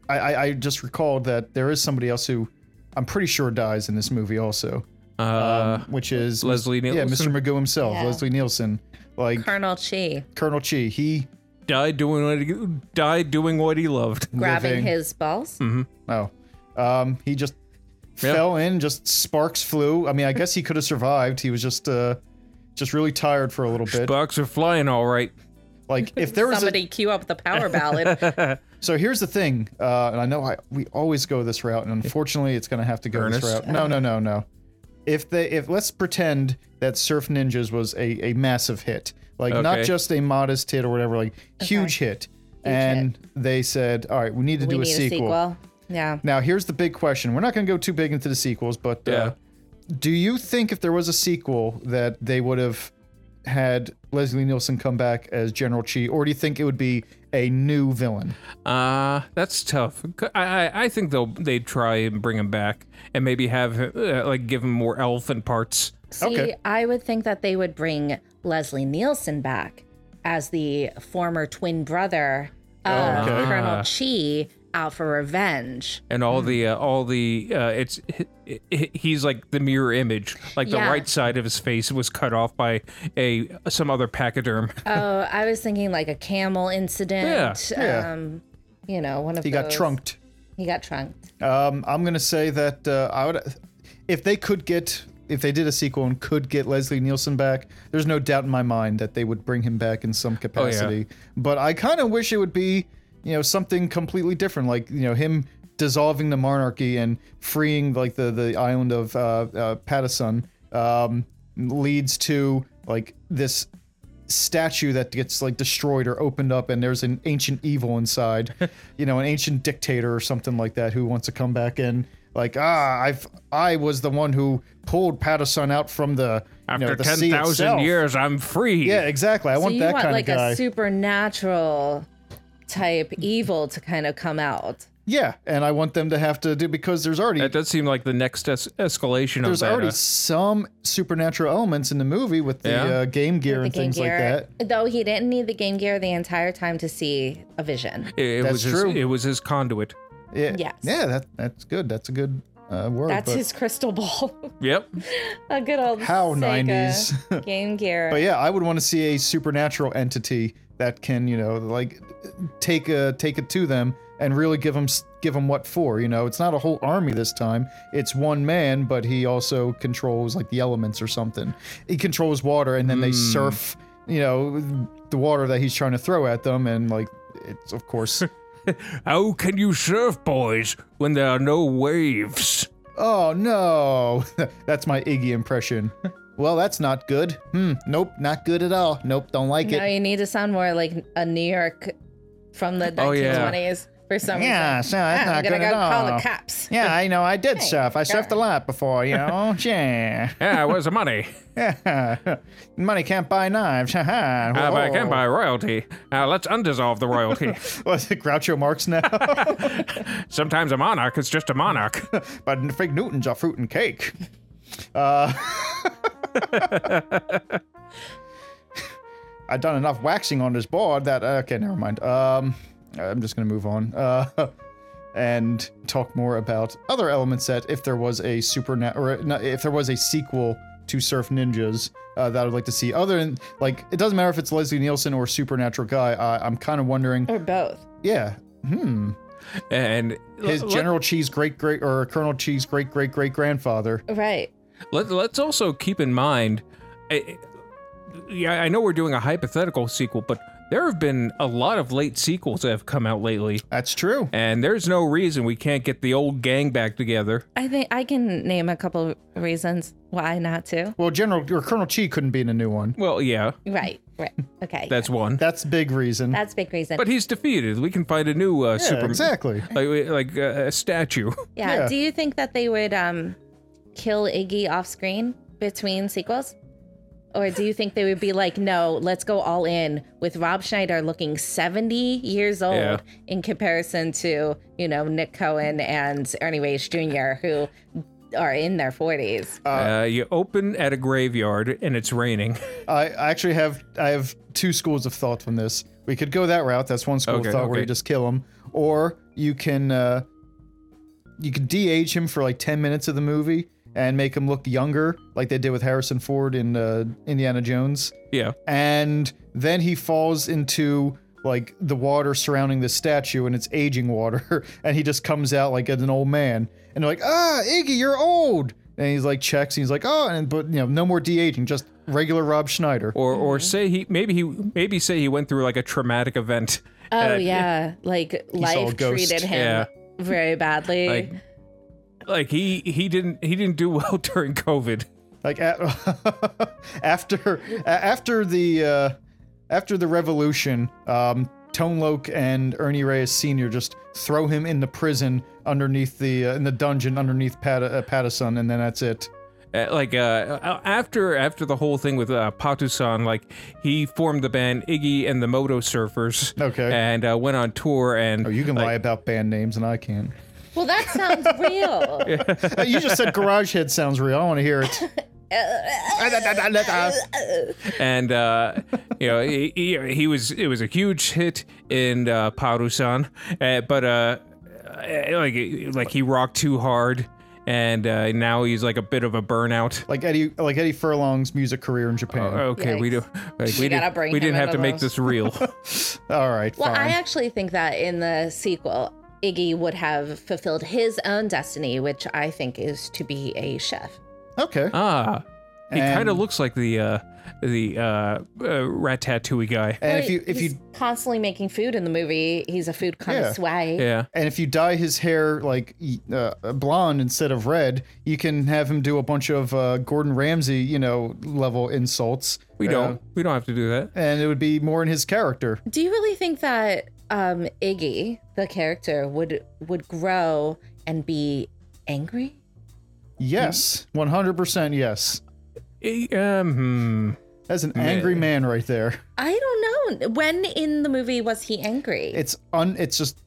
I, I I just recalled that there is somebody else who, I'm pretty sure dies in this movie also,
Uh,
um, which is
Leslie
Yeah, Mr.
Nielsen?
Magoo himself,
Yeah.
Leslie Nielsen, like
Colonel Chi
Colonel Chi. He
died doing what he, died doing what he loved.
grabbing
Living.
his balls.
Oh, um, he just
Yeah.
fell in. Just sparks flew. I mean, I guess he could have survived. He was just uh, just really tired for a little bit.
Bucks are flying all right.
Like if there was a,
Somebody cue up the power ballad.
so here's the thing, uh, and I know I, we always go this route, and unfortunately, it's gonna have to go this
Ernest?
route. No, no, no, no. If they if let's pretend that Surf Ninjas was a a massive hit, like not
Okay.
just a modest hit or whatever, like huge hit. and they said, all right, we need to
we
do
need
a sequel.
Yeah.
Now, here's the big question. We're not going to go too big into the sequels, but
Yeah.
uh, do you think if there was a sequel that they would have had Leslie Nielsen come back as General Chi, or do you think it would be a new villain?
Uh, that's tough. C- I, I, I think they'll they try and bring him back and maybe have uh, like give him more elephant parts.
See,
Okay.
I would think that they would bring Leslie Nielsen back as the former twin brother of
Oh, okay.
Colonel Chi out for revenge.
And all the uh, all the uh, it's he- he- he's like the mirror image, like the
Yeah.
right side of his face was cut off by a some other pachyderm.
Oh, I was thinking like a camel incident.
Yeah, yeah.
Um, you know, one of
He got
those-
trunked.
He got trunked.
Um, I'm going to say that uh, I would, if they could get, if they did a sequel and could get Leslie Nielsen back, there's no doubt in my mind that they would bring him back in some capacity. But I kind of wish it would be, you know, something completely different, like you know him dissolving the monarchy and freeing like the the island of uh, uh, Pattison um, leads to like this statue that gets like destroyed or opened up and there's an ancient evil inside you know an ancient dictator or something like that who wants to come back in like ah i've i was the one who pulled patterson out from the you know,
After
the
ten
sea
thousand
itself."
years, I'm free.
yeah exactly i
So
want
you
that
want
kind
like
of guy
a supernatural type evil to kind of come out.
Yeah, and I want them to have to do because there's already
That does seem like the next es- escalation
there's
of that.
already
uh,
some supernatural elements in the movie with the
Yeah.
uh, game gear
The
and
Game
things like
Gear.
that.
Though he didn't need the Game Gear the entire time to see a vision.
it, it
That's
was
true.
His, it was his conduit.
Yeah,
Yes.
yeah, that that's good. That's a good uh, word.
That's
but
his crystal ball.
Yep.
a good old
how
Sega
nineties.
Game Gear.
But yeah, I would want to see a supernatural entity that can, you know, like take a take it to them and really give them give them what for. You know, it's not a whole army this time; it's one man, but he also controls like the elements or something. He controls water, and then they surf, you know, the water that he's trying to throw at them, and like it's of course.
How can you surf, boys, when there are no waves?
oh no, that's my Iggy impression. Well, that's not good. Hmm. Nope, not good at all. Nope, don't like
no,
it.
you need to sound more like a New York from the 1920s
Oh, yeah.
for some
Yeah,
reason.
so that's
Ah,
not
I'm gonna
good at
go call
all.
the cops.
Yeah, I know. I did surf. I surfed a
God.
lot before, you know. yeah.
Yeah, where's the money?
Money can't buy knives. Ha ha.
Uh, but I
Whoa.
can buy royalty. Uh, let's undissolve the royalty.
Was it Groucho Marx now?
Sometimes a monarch is just a monarch.
but fake Newtons are fruit and cake. Uh, I've done enough waxing on this board that. uh, Okay, never mind. Um, I'm just going to move on. Uh, and talk more about other elements that if there was a supernat or no, if there was a sequel to Surf Ninjas uh, that I'd like to see. Other than like, it doesn't matter if it's Leslie Nielsen or Supernatural guy. I, I'm kind of wondering.
Or both.
Yeah. Hmm.
And
His
let-
General Cheese great great or Colonel Cheese great great great grandfather.
Right.
Let, let's also keep in mind, I, yeah, I know we're doing a hypothetical sequel, but there have been a lot of late sequels that have come out lately,
That's true.
and there's no reason we can't get the old gang back together.
I think I can name a couple reasons why not to.
Well, General or Colonel Chi couldn't be in a new one.
Well, yeah,
Right. Right. Okay.
that's one.
That's big reason.
That's big reason.
But he's defeated. We can find a new uh,
yeah,
super,
exactly.
like, like uh, a statue.
yeah.
yeah.
Do you think that they would um kill Iggy off screen between sequels? Or do you think they would be like, no, let's go all in with Rob Schneider looking 70 years old
Yeah.
in comparison to, you know, Nick Cohen and Ernie Rage Jr., who are in their 40s?
Uh, you open at a graveyard and it's raining.
I, I actually have I have two schools of thought from this. We could go that route. That's one school
Okay,
of thought where
okay.
you just kill him, or you can uh, you can de-age him for like ten minutes of the movie and make him look younger, like they did with Harrison Ford in uh, Indiana Jones.
Yeah.
and then he falls into like the water surrounding the statue and it's aging water and he just comes out like as an old man and they're like ah iggy you're old and he's like checks and he's like oh and but you know no more de-aging just regular rob schneider
Or or say he maybe he maybe say he went through like a traumatic event. Uh,
Oh, yeah. Like,
saw a
life
ghost.
treated him
Yeah.
very badly.
Like like he he didn't he didn't do well during COVID.
like a- after a- after the uh after the revolution um Tone Loc and Ernie Reyes Sr. just throw him in the prison underneath the uh, in the dungeon underneath Pat- uh, Pattison, and then that's it.
Uh, like uh after after the whole thing with uh, Patusan, like he formed the band Iggy and the Moto Surfers.
Okay.
And uh, went on tour and
Oh, you can lie about band names, and I can't.
well, that sounds real.
Uh, you just said garage head sounds real. I want to hear it.
Uh,
and uh, you know he, he, he was it was a huge hit in uh, Parusan, uh, but uh, uh, like like he rocked too hard, and uh, now he's like a bit of a burnout.
Like Eddie, like Eddie Furlong's music career in Japan.
Okay, we do.
Yikes.
Like, we,
gotta
did,
bring
we
him
didn't have
into
to make
those.
this real.
All right,
Well, I
fine.
actually think that in the sequel, Iggy would have fulfilled his own destiny, which I think is to be a chef.
okay.
ah, he
And-
kind of looks like the uh, the uh, uh, Ratatouille guy.
and if
But
you if
he's
you
constantly making food in the movie, he's a food connoisseur.
Yeah.
and if you dye his hair like y- uh, blonde instead of red, you can have him do a bunch of uh, Gordon Ramsay, you know, level insults.
We
uh,
don't. We don't have to do that.
and it would be more in his character.
Do you really think that um, Iggy, the character, would would grow and be angry?
Yes, one hundred percent. Yes,
Eh, Um,
that's an angry man right there.
I don't know. When in the movie was he angry?
It's un. It's just.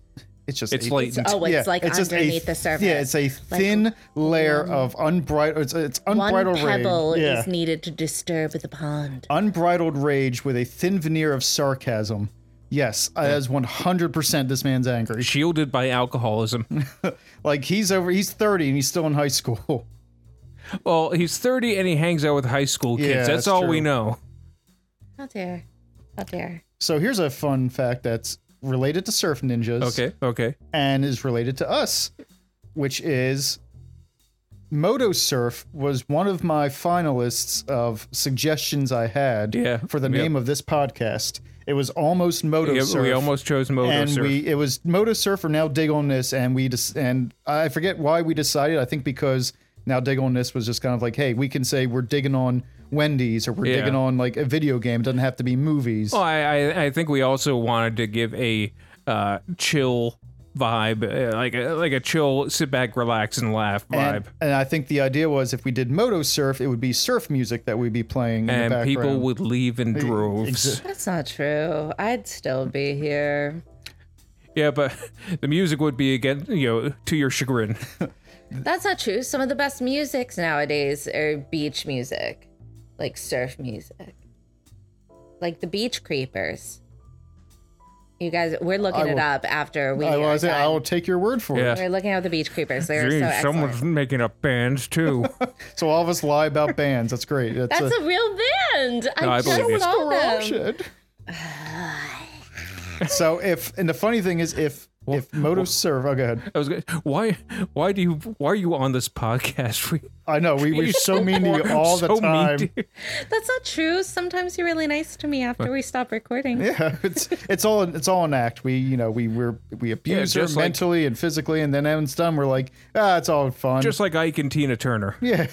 It's just
It's
a-
latent.
oh, it's like
just a
underneath the
th-
surface.
Yeah, it's a thin layer of unbridled. It's, it's
One
unbridled
pebble
rage. Yeah.
is needed to disturb the pond.
unbridled rage with a thin veneer of sarcasm. Yes, that is 100% this man's angry.
hmm, Shielded by alcoholism.
Like he's over, he's 30 and he's still in high school.
well, he's 30 and he hangs out with high school kids.
Yeah,
that's,
that's
all
true.
we know.
How dare. How dare.
So here's a fun fact that's related to surf ninjas
Okay, okay.
and is related to us, which is Moto Surf was one of my finalists of suggestions I had
Yeah,
for the
yep.
name of this podcast. It was almost Moto
Yeah,
Surf.
we almost chose Motor
and
Surf.
we it was Moto Surf or now Dig on this, and we just and I forget why we decided. I think because now Dig on this was just kind of like, hey, we can say we're digging on Wendy's or we're
Yeah.
digging on like a video game. It doesn't have to be movies.
Well, I, I I think we also wanted to give a uh, chill vibe, uh, like a, like a chill, sit back, relax, and laugh vibe,
and, and I think the idea was if we did Moto Surf, it would be surf music that we'd be playing in
and,
the background.
people would leave in droves.
That's not true. I'd still be here.
Yeah, but the music would be again, you know, to your chagrin.
That's not true. Some of the best musics nowadays are beach music, like surf music, like the Beach Creepers. You guys, we're looking
I
it
will-
up after we.
I,
are
was, I
done.
will take your word for
Yeah.
it.
We're looking at the Beach Creepers. They're
Gee,
so excellent.
someone's making up bands too.
So all of us lie about bands. That's great. That's,
That's a real band. I,
No, I
just
believe you.
saw them.
corruption. so if and the funny thing is if if Moto Surf, oh go ahead.
I was gonna, why why do you why are you on this podcast? We,
I know we were so mean to you all
so
the
mean
time.
to you.
That's not true. Sometimes you're really nice to me after we stop recording.
Yeah, it's it's all it's all an act. We you know we were we abuse her
just like-
mentally and physically, and then when it's done, we're like, ah, it's all fun. Uh-huh.
Just like Ike and Tina Turner.
yeah,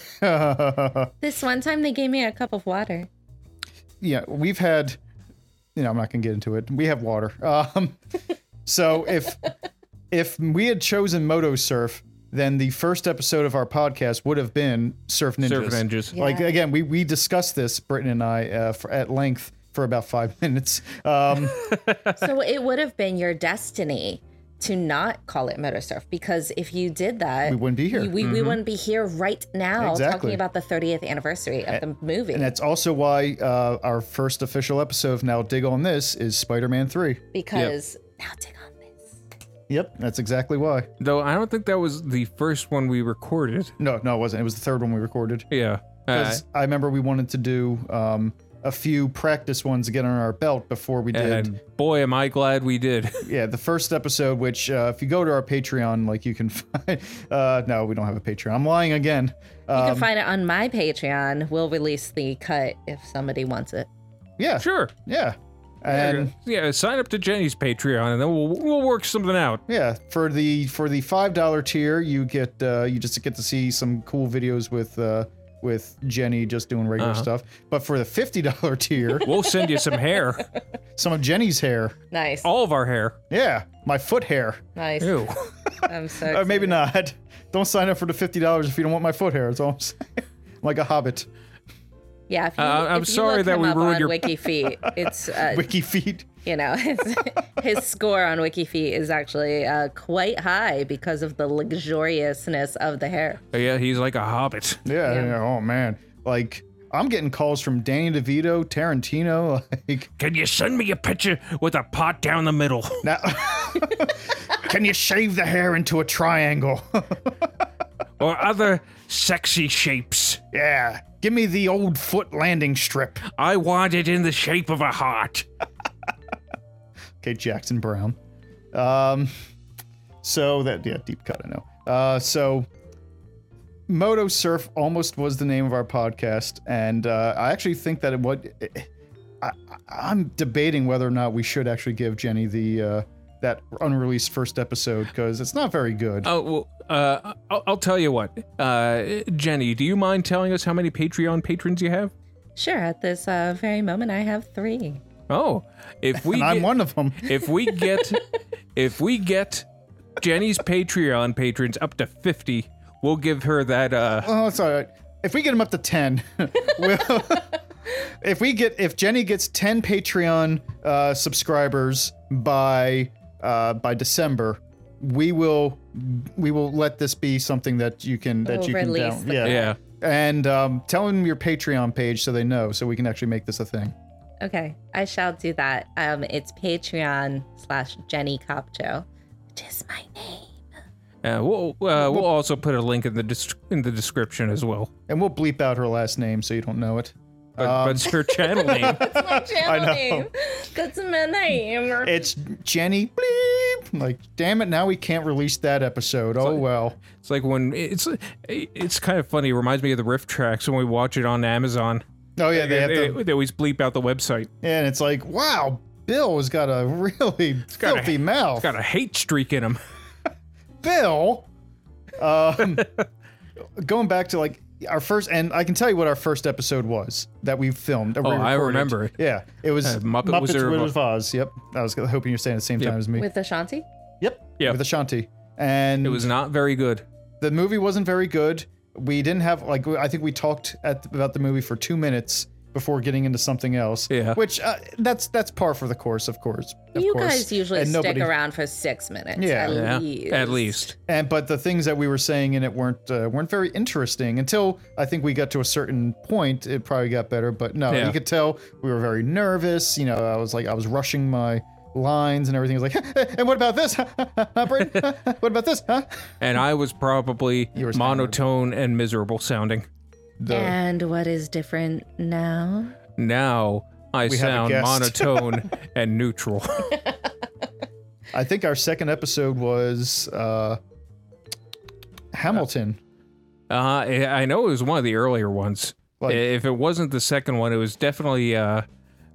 This one time they gave me a cup of water.
yeah. We've had, you know, I'm not gonna get into it. We have water. Um, so if if we had chosen Moto Surf, then the first episode of our podcast would have been Surf Ninjas.
Surf Ninjas.
Like again, we we discussed this, Britton and I, uh, for, at length for about five minutes. Um,
So it would have been your destiny to not call it motor surf because if you did that,
we wouldn't be here.
we, we,
Mm-hmm.
wouldn't be here right now
Exactly.
talking about the 30th anniversary of the movie
And that's also why uh, our first official episode of Now Dig on This is Spider Man 3.
because now dig on this.
Yep. That's exactly why.
Though I don't think that was the first one we recorded.
No, no, it wasn't. It was the third one we recorded.
Yeah. Uh,
'Cause I remember we wanted to do um, a few practice ones to get on our belt before we did.
And boy, am I glad we did.
yeah, the first episode, which uh, if you go to our Patreon, like you can find. Uh, no, we don't have a Patreon. I'm lying again.
You
Uh,
can find it on my Patreon. We'll release the cut if somebody wants it.
yeah,
Sure.
yeah. And
yeah, sign up to Jenny's Patreon, and then we'll we'll work something out.
Yeah, for the for the five dollar tier, you get uh, you just get to see some cool videos with uh, with Jenny just doing regular
Uh-huh.
stuff. But for the fifty dollar tier,
We'll send you some hair,
some of Jenny's hair.
Nice.
Oh,
all of our hair.
Yeah, my foot hair.
Nice.
Ew.
I'm so
Or maybe not.
excited.
Don't sign up for the fifty dollars if you don't want my foot hair. That's all I'm saying. like a hobbit,
Yeah, if you,
Uh, I'm
if you
sorry
look
that
him
we
up
ruined
on
your-
Wiki Feet. It's uh,
wiki feet.
you know his, his score on Wiki Feet is actually uh, quite high because of the luxuriousness of the hair.
yeah, he's like a hobbit.
Yeah, yeah, Oh man, like I'm getting calls from Danny DeVito, Tarantino, like.
Can you send me a picture with a pot down the middle?
Now, can you shave the hair into a triangle?
or other sexy shapes?
Yeah. Give me the old foot landing strip.
I want it in the shape of a heart.
Okay, Jackson Brown. Um, so that yeah, deep cut. I know. Uh, so Moto Surf almost was the name of our podcast, and uh, I actually think that it would. eh, I, I'm debating whether or not we should actually give Jenny the uh, that unreleased first episode because it's not very good.
Oh, well, uh, I'll, I'll tell you what. Uh, Jenny, do you mind telling us how many Patreon patrons you have?
Sure, at this uh, very moment, I have three.
Oh, if we
and I'm
get-
one of them.
if we get if we get Jenny's Patreon patrons up to 50, we'll give her that uh
Oh, it's all right. If we get him up to ten, we'll, if we get if Jenny gets ten Patreon uh, subscribers by uh, by December, we will we will let this be something that you can that
We'll
you can
release
down,
the
yeah
Yeah.
and um, tell them your Patreon page so they know so we can actually make this a thing.
Okay, I shall do that. Um, it's Patreon slash Jenny Copcho, which is my name.
Uh, we'll uh, we'll also put a link in the dis- in the description as well.
And we'll bleep out her last name so you don't know it.
But, but it's her channel name.
That's my channel
know.
name. That's my name.
It's Jenny bleep. Like, damn it! Now we can't release that episode. Oh well.
It's like when it's it's kind of funny. It reminds me of the riff tracks when we watch it on Amazon.
Oh yeah, they have
They,
to.
they always bleep out the website.
And it's like, wow, Bill has got a really
got a-
filthy mouth.
It's got a hate streak in them.
Bill. Um, going back to like our first, and I can tell you what our first episode was that we filmed. that we
Oh, I
recorded.
remember it.
Yeah, it was
Uh, Muppet
Muppets
Wizard of
Wizard of Oz. Yep, I was hoping you were saying it at the same
Yep.
time as me.
With Ashanti?
Yep.
Yeah.
With Ashanti. And
It was not very good.
the movie wasn't very good. We didn't have like I think we talked at, about the movie for two minutes before getting into something else.
Yeah.
Which uh, that's that's par for the course, of course. Of
you
course.
guys usually
and
stick
nobody,
around for six minutes.
Yeah.
at
Yeah,
least.
at least.
And but the things that we were saying in it weren't uh, weren't very interesting until I think we got to a certain point. It probably got better, but no,
Yeah.
you could tell we were very nervous. You know, I was like I was rushing my lines and everything. I was like, eh, and what about this? Brayden? what about this? Huh?
And I was probably
were sounding-
monotone and miserable sounding.
The-
And what is different now?
Now I
have a
sound
guest.
monotone and neutral.
I think our second episode was uh, Hamilton.
Uh, I I know it was one of the earlier ones.
Like-
if it wasn't the second one, it was definitely uh,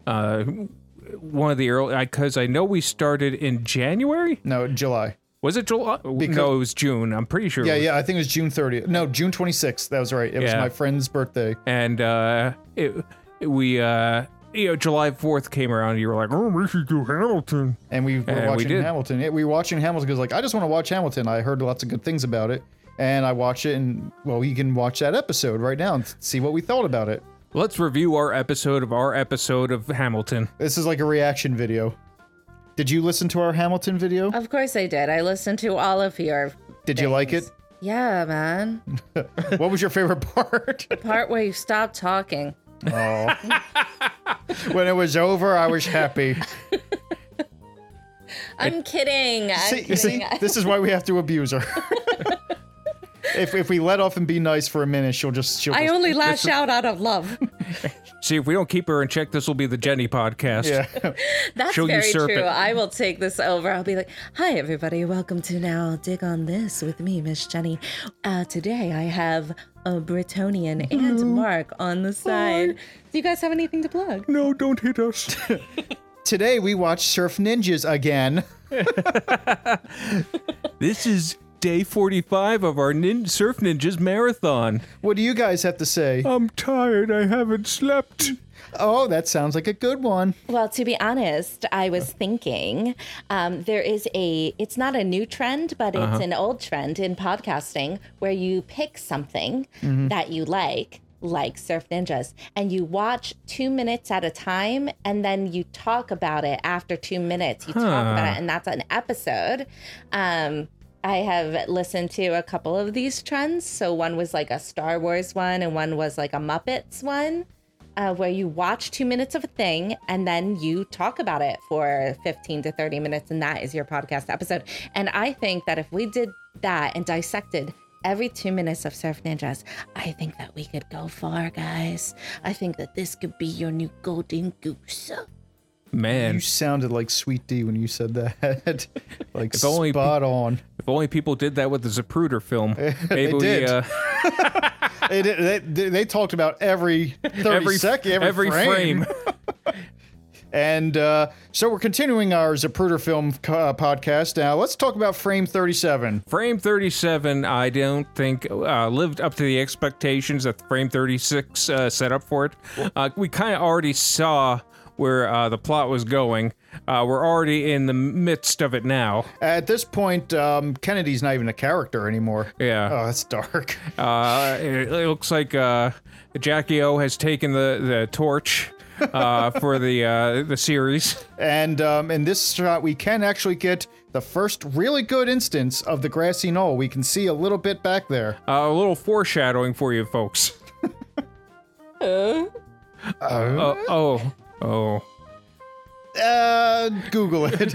uh, one of the early. Because I know we started in January.
No, July.
Was it July? no, it was June. I'm pretty sure. it
Yeah,
was.
yeah. I think it was June 30th. No, June 26th. That was right. It was
Yeah.
my friend's birthday.
And uh, it, we, uh, you know, July 4th came around. And you were like, oh, we should do Hamilton.
And we were
And we
watching
did.
Hamilton. Yeah, we were watching Hamilton because, like, I just want to watch Hamilton. I heard lots of good things about it. And I watched it. And, well, you can watch that episode right now and see what we thought about it.
Let's review our episode of our episode of Hamilton.
This is like a reaction video. Did you listen to our Hamilton video?
Of course I did. I listened to all of your.
Did you like it?
things. Yeah, man.
What was your favorite part?
Part where you stop talking.
when it was over, I was happy.
I'm kidding. I'm
See,
kidding.
see, this is why we have to abuse her. if, if we let off and be nice for a minute, she'll just she'll.
I
just-
only lash out out of love.
See, if we don't keep her in check, this will be the Jenny podcast.
yeah.
That's
She'll
very
usurp
true.
it.
I will take this over. I'll be like, "Hi, everybody. Welcome to Now Dig on This with me, Miss Jenny. Uh, today I have a Bretonian
Mm-hmm.
and Mark on the side. Do you guys have anything to plug?
No, don't hit us.
Today we watch Surf Ninjas again.
this is day 45 of our nin- Surf Ninjas marathon.
What do you guys have to say?
I'm tired. I haven't slept.
Oh, that sounds like a good one.
Well, to be honest, I was thinking um, there is a, it's not a new trend, but it's an old trend in podcasting where you pick something that you like, like Surf Ninjas, and you watch two minutes at a time and then you talk about it after two minutes. You talk about it, and that's an episode. Um, I have listened to a couple of these trends. So one was like a Star Wars one, and one was like a Muppets one uh, where you watch two minutes of a thing and then you talk about it for 15 to 30 minutes, and that is your podcast episode. And I think that if we did that and dissected every two minutes of Surf Ninjas, I think that we could go far, guys. I think that this could be your new golden goose.
Man,
You sounded like Sweet D when you said that. like
If only-
spot on.
if only people did that with the Zapruder film. Maybe
did.
we. Uh,
They, did- they, they talked about every thirty
every
sec- every, frame. And uh, so we're continuing our Zapruder film uh, podcast. Now let's talk about frame thirty-seven.
Frame 37, I don't think uh, lived up to the expectations that frame 36 uh, set up for it. Uh, we kind of already saw where uh, the plot was going. Uh, we're already in the midst of it now.
At this point, um, Kennedy's not even a character anymore.
Yeah.
Oh, that's dark.
Uh, it, it looks like uh, Jackie O has taken the, the torch. uh, for the uh, the series.
And um, in this shot, we can actually get the first really good instance of the grassy knoll. We can see a little bit back there.
Uh, a little foreshadowing for you folks. Oh, oh, oh.
Uh, Google it.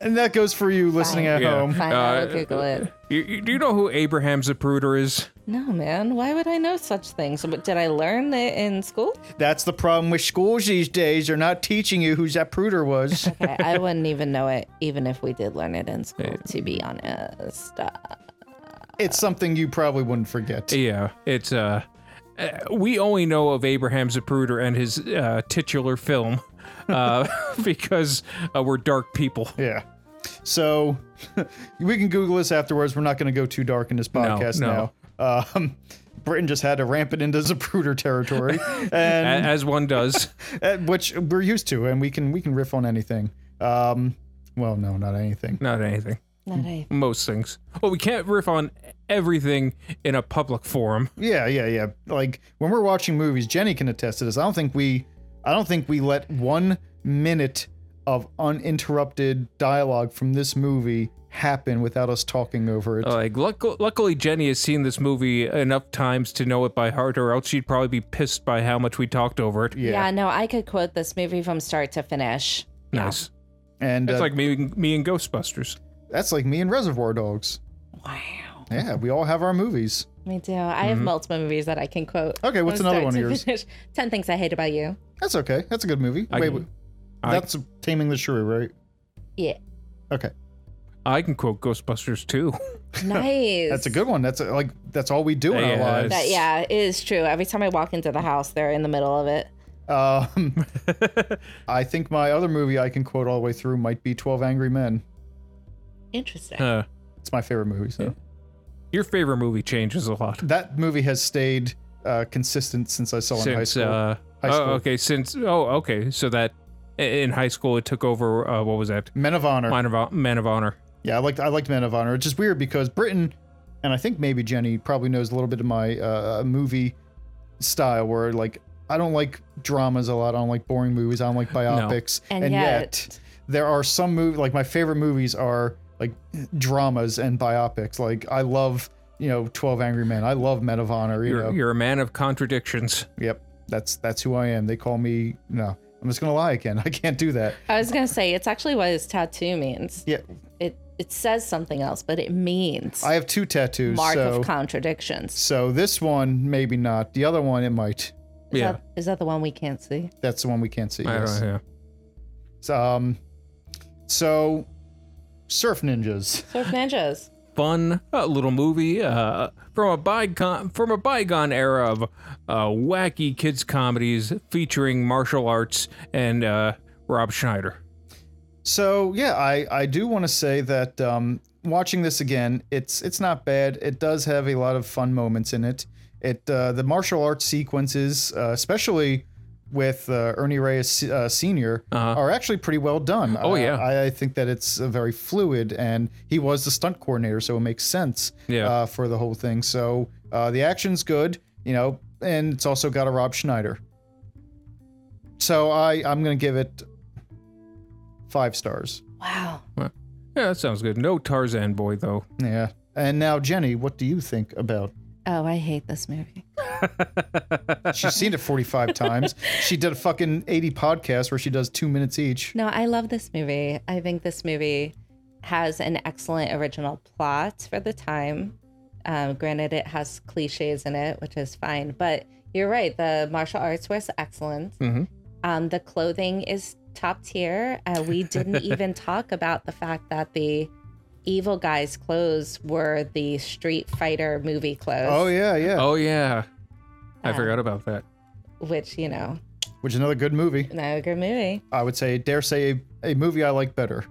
and that goes for you listening at
Yeah.
home.
Fine, I will Google it.
You, you, do you know who Abraham Zapruder is?
No, man. Why would I know such things? But Did I learn it in school?
That's the problem with schools these days. They're not teaching you who Zapruder was.
Okay, I wouldn't even know it, even if we did learn it in school, to be honest. Uh,
it's something you probably wouldn't forget.
Yeah, it's uh, uh, we only know of Abraham Zapruder and his uh, titular film, uh, because uh, we're dark people.
Yeah. So we can Google this afterwards. We're not going to go too dark in this podcast
no.
now. Um, Britain just had to ramp it into Zapruder territory,
a-
and
As one does.
uh, which we're used to, and we can we can riff on anything. Um, well, no, not anything.
Not anything.
not a
Most things. Well, we can't riff on everything in a public forum.
Yeah, yeah, yeah. Like when we're watching movies, Jenny can attest to this. I don't think we, I don't think we let one minute of uninterrupted dialogue from this movie happen without us talking over it.
Like, luck- luckily, Jenny has seen this movie enough times to know it by heart, or else she'd probably be pissed by how much we talked over it.
yeah.
yeah. no, I could quote this movie from start to finish.
Nice.
and
It's
uh,
like me, me and Ghostbusters.
that's like me and Reservoir Dogs.
Oh, Wow.
Yeah, we all have our movies.
Me too. I have multiple movies that I can quote.
Mm-hmm. Okay, what's
from
another one of
start to
yours?
finish. Ten Things I Hate About You.
That's okay. That's a good movie.
I
Wait,
can-
wait.
I-
that's Taming the Shrew, right?
Yeah.
Okay,
I can quote Ghostbusters too.
Nice.
that's a good one. That's a, like that's all we do in
Yeah.
our lives.
That, yeah, it is true. Every time I walk into the house, they're in the middle of it.
Um, I think my other movie I can quote all the way through might be Twelve Angry Men.
Interesting.
Uh,
It's my favorite movie. So
your favorite movie changes a lot.
that movie has stayed uh, consistent since I saw it in high
Since,
school.
uh,
High
oh,
school.
okay, since, oh, okay, so that i- in high school it took over, uh, what was that?
Men of Honor.
Man of, Hon- Man of Honor.
Yeah, I liked I liked Men of Honor. It's just weird because Britain, and I think maybe Jenny probably knows a little bit of my uh, movie style, where like I don't like dramas a lot. I don't like boring movies. I don't like biopics.
And yet-
there are some movies like my favorite movies are like dramas and biopics. Like I love you know Twelve Angry Men. I love Men of Honor. You
You're,
know,
you're a man of contradictions.
yep, that's that's who I am. They call me no. I'm just gonna lie again. I can't do that.
I was gonna say it's actually what his tattoo means.
Yeah,
It it says something else, but it means
I have two tattoos.
mark
so
of contradictions.
So this one, maybe not. The other one, it might.
Is
Yeah.
that, is that the one we can't see?
That's the one we can't see.
I don't
Yes.
know,
So, um, so surf ninjas.
Surf Ninjas.
yeah. Fun uh, little movie uh, from a bygone from a bygone era of uh, wacky kids comedies featuring martial arts and uh, Rob Schneider.
So yeah, I I do want to say that um, watching this again, it's it's not bad. It does have a lot of fun moments in it. It uh, the martial arts sequences, uh, especially with uh, Ernie Reyes uh, senior, are actually pretty well done.
Oh,
Uh,
yeah.
I, I think that it's uh, very fluid, and he was the stunt coordinator, so it makes sense
Yeah.
uh, for the whole thing. So uh, the action's good, you know, and it's also got a Rob Schneider. So I I'm gonna give it five stars.
Wow.
Yeah, that sounds good. No Tarzan boy though.
Yeah. And now, Jenny, what do you think about?
Oh, I hate this movie.
She's seen it 45 times. She did a fucking 80 podcasts where she does two minutes each.
No, I love this movie. I think this movie has an excellent original plot for the time. Um, granted, it has cliches in it, which is fine, but you're right. The martial arts was excellent.
Mm-hmm.
Mhm.
Um, the clothing is top tier. Uh, we didn't even talk about the fact that the evil guy's clothes were the Street Fighter movie clothes,
Oh, yeah, yeah.
Oh yeah, I
Ah.
forgot about that.
which, you know,
Which is another good movie.
no good movie.
I would say, dare say, a, a movie I like better.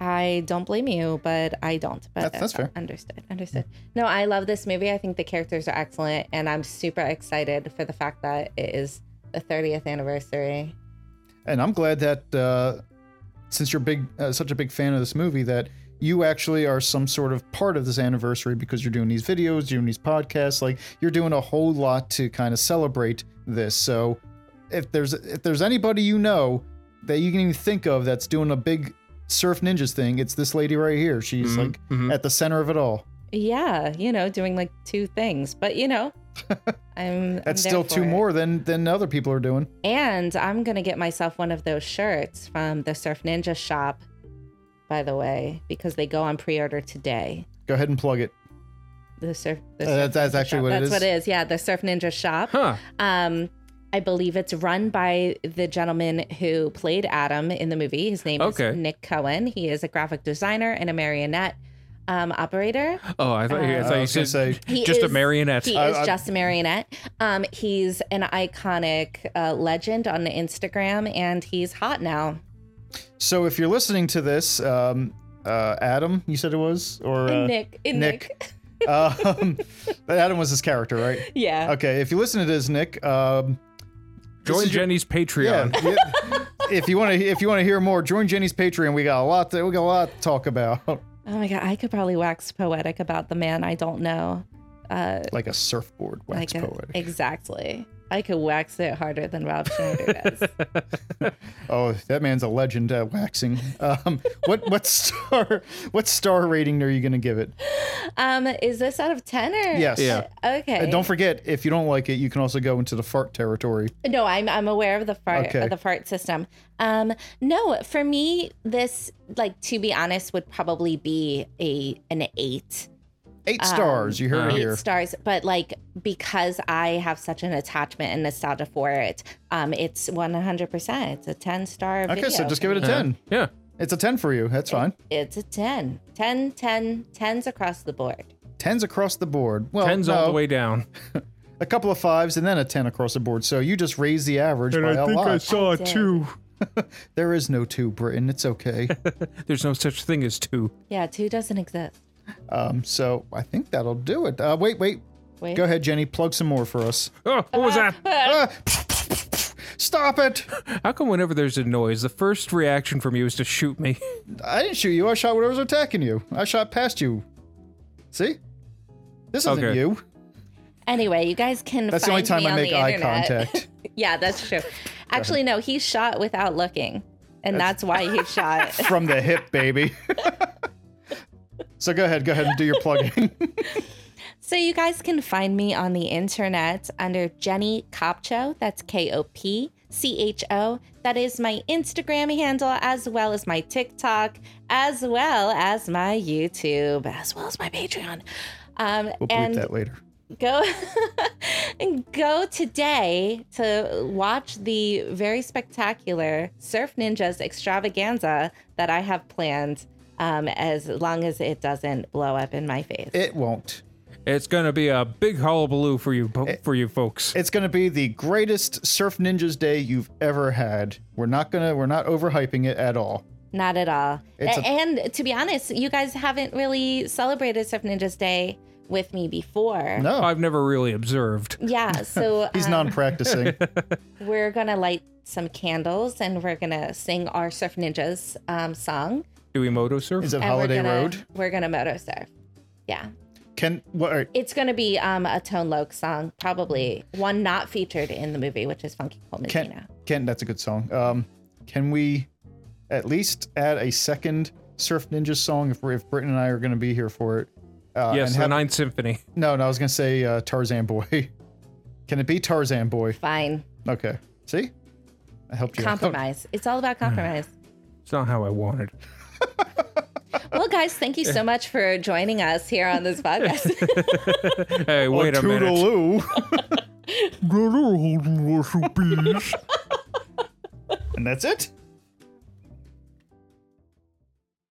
I don't blame you, but I don't. But
That's- that's fair.
Understood. Understood. No, I love this movie. I think the characters are excellent, and I'm super excited for the fact that it is the 30th anniversary.
And I'm glad that uh, since you're big, uh, such a big fan of this movie, that you actually are some sort of part of this anniversary because you're doing these videos, doing these podcasts. Like you're doing a whole lot to kind of celebrate this. So if there's if there's anybody you know that you can even think of that's doing a big surf ninjas thing, it's this lady right here. She's
Mhm,
like
mhm.
at the center of it all.
Yeah, you know, doing like two things, but you know, I'm. I'm
That's
there
still
for
two
it.
more than than other people are doing.
And I'm gonna get myself one of those shirts from the Surf Ninja shop, by the way, because they go on pre-order today.
Go ahead and plug it.
The surf. The
Uh,
Surf
that's- that's
Ninja
actually
shop.
what it
That's
is.
what it is. Yeah, the Surf Ninja shop.
Huh.
Um, I believe it's run by the gentleman who played Adam in the movie. His name
Okay.
is Nick Cohen. He is a graphic designer and a marionette um, operator.
Oh, I thought, I
Uh,
thought
I
you
was gonna
said
say-
He
just a
is-
marionette.
He
I-
is
I-
just a marionette. Um, he's an iconic uh, legend on Instagram, and he's hot now.
So if you're listening to this, um, uh, Adam, you said it was, or uh,
Nick, Nick,
um, Adam was his character, right?
yeah.
Okay, if you listen to this, Nick, um, this
Join
is your-
Jenny's
yeah.
Patreon.
yeah. if you want to, if you want to hear more, join Jenny's Patreon. We got a lot. To, we got a lot to talk about,
Oh my god, I could probably wax poetic about the man I don't know. Uh,
like a surfboard wax
like a-
poetic.
Exactly. I could wax it harder than Rob Schneider does.
oh, that man's a legend at waxing. Um, what what star what star rating are you gonna give it?
um, is this out of ten or?
Yes.
Yeah.
Okay.
And don't forget, if you don't like it, you can also go into the fart territory.
No, I'm I'm aware of the fart
Okay.
of the fart system. Um, no, for me, this like to be honest would probably be a an eight,
Eight
Um,
stars. You heard it
uh,
here.
eight stars. But like because I have such an attachment and nostalgia for it, um, it's one hundred percent. It's a ten star.
Okay,
video
so just
for
give it a
me.
ten.
yeah.
It's a ten for you. That's fine.
It's a 10. 10, 10, 10s across the board.
Tens across the board. Well,
Tens all
Oh, no,
the way down.
A couple of fives and then a ten across the board. So you just raise the average by a lot.
saw a two.
There is no two, Britain. It's okay.
There's no such thing as two.
Yeah, two doesn't exist.
um, so I think that'll do it. Uh, wait, wait.
Wait.
Go ahead, Jenny. Plug some more for us.
Oh, what was that?
Ah! Stop it!
How come whenever there's a noise, the first reaction from you is to shoot me?
I didn't shoot you. I shot whatever was attacking you. I shot past you. See? This isn't
Okay.
you.
Anyway, you guys can
That's the only
find
time
me
I
on
make
the
eye
internet.
contact.
yeah, that's true. Actually, no, he shot without looking. And that's, why he shot.
From the hip, baby. so go ahead. Go ahead and do your plugging.
so you guys can find me on the internet under Jenny Copcho. That's K O P C H O. That is my Instagram handle, as well as my TikTok, as well as my YouTube, as well as my Patreon. Um,
we'll bleep
and
that later.
go and go today to watch the very spectacular surf ninjas extravaganza that i have planned um, as long as it doesn't blow up in my face
It won't.
It's gonna be a big hullabaloo for you, po- for you folks.
It's gonna be the greatest Surf Ninjas Day you've ever had. We're not gonna we're not overhyping it at all.
not at all
It's a-
and to be honest you guys haven't really celebrated surf ninjas day with me before
No.
I've never really observed.
yeah so
He's
um,
non-practicing.
we're gonna light some candles and we're gonna sing our surf ninjas um, song
Do we moto surf?
He's at
and
Holiday
we're gonna,
Road.
we're gonna moto surf yeah
Can what? all right,
It's going to be um, a Tone Loc song, probably one not featured in the movie, which is Funky Cole
Can
Medina.
can that's a good song. Um, can we at least add a second Surf Ninja song if we're, if Britton and I are gonna be here for it? Uh,
yes,
and
the
have-
Ninth Symphony.
no, no, I was gonna say uh, Tarzan Boy. can it be Tarzan Boy?
Fine.
Okay. See, I helped you. out.
Compromise. It's all about compromise.
It's not how I wanted.
well, guys, thank you so much for joining us here on this podcast.
Hey,
Oh,
wait a minute.
toodaloo.
That are holding us a piece.
and that's it.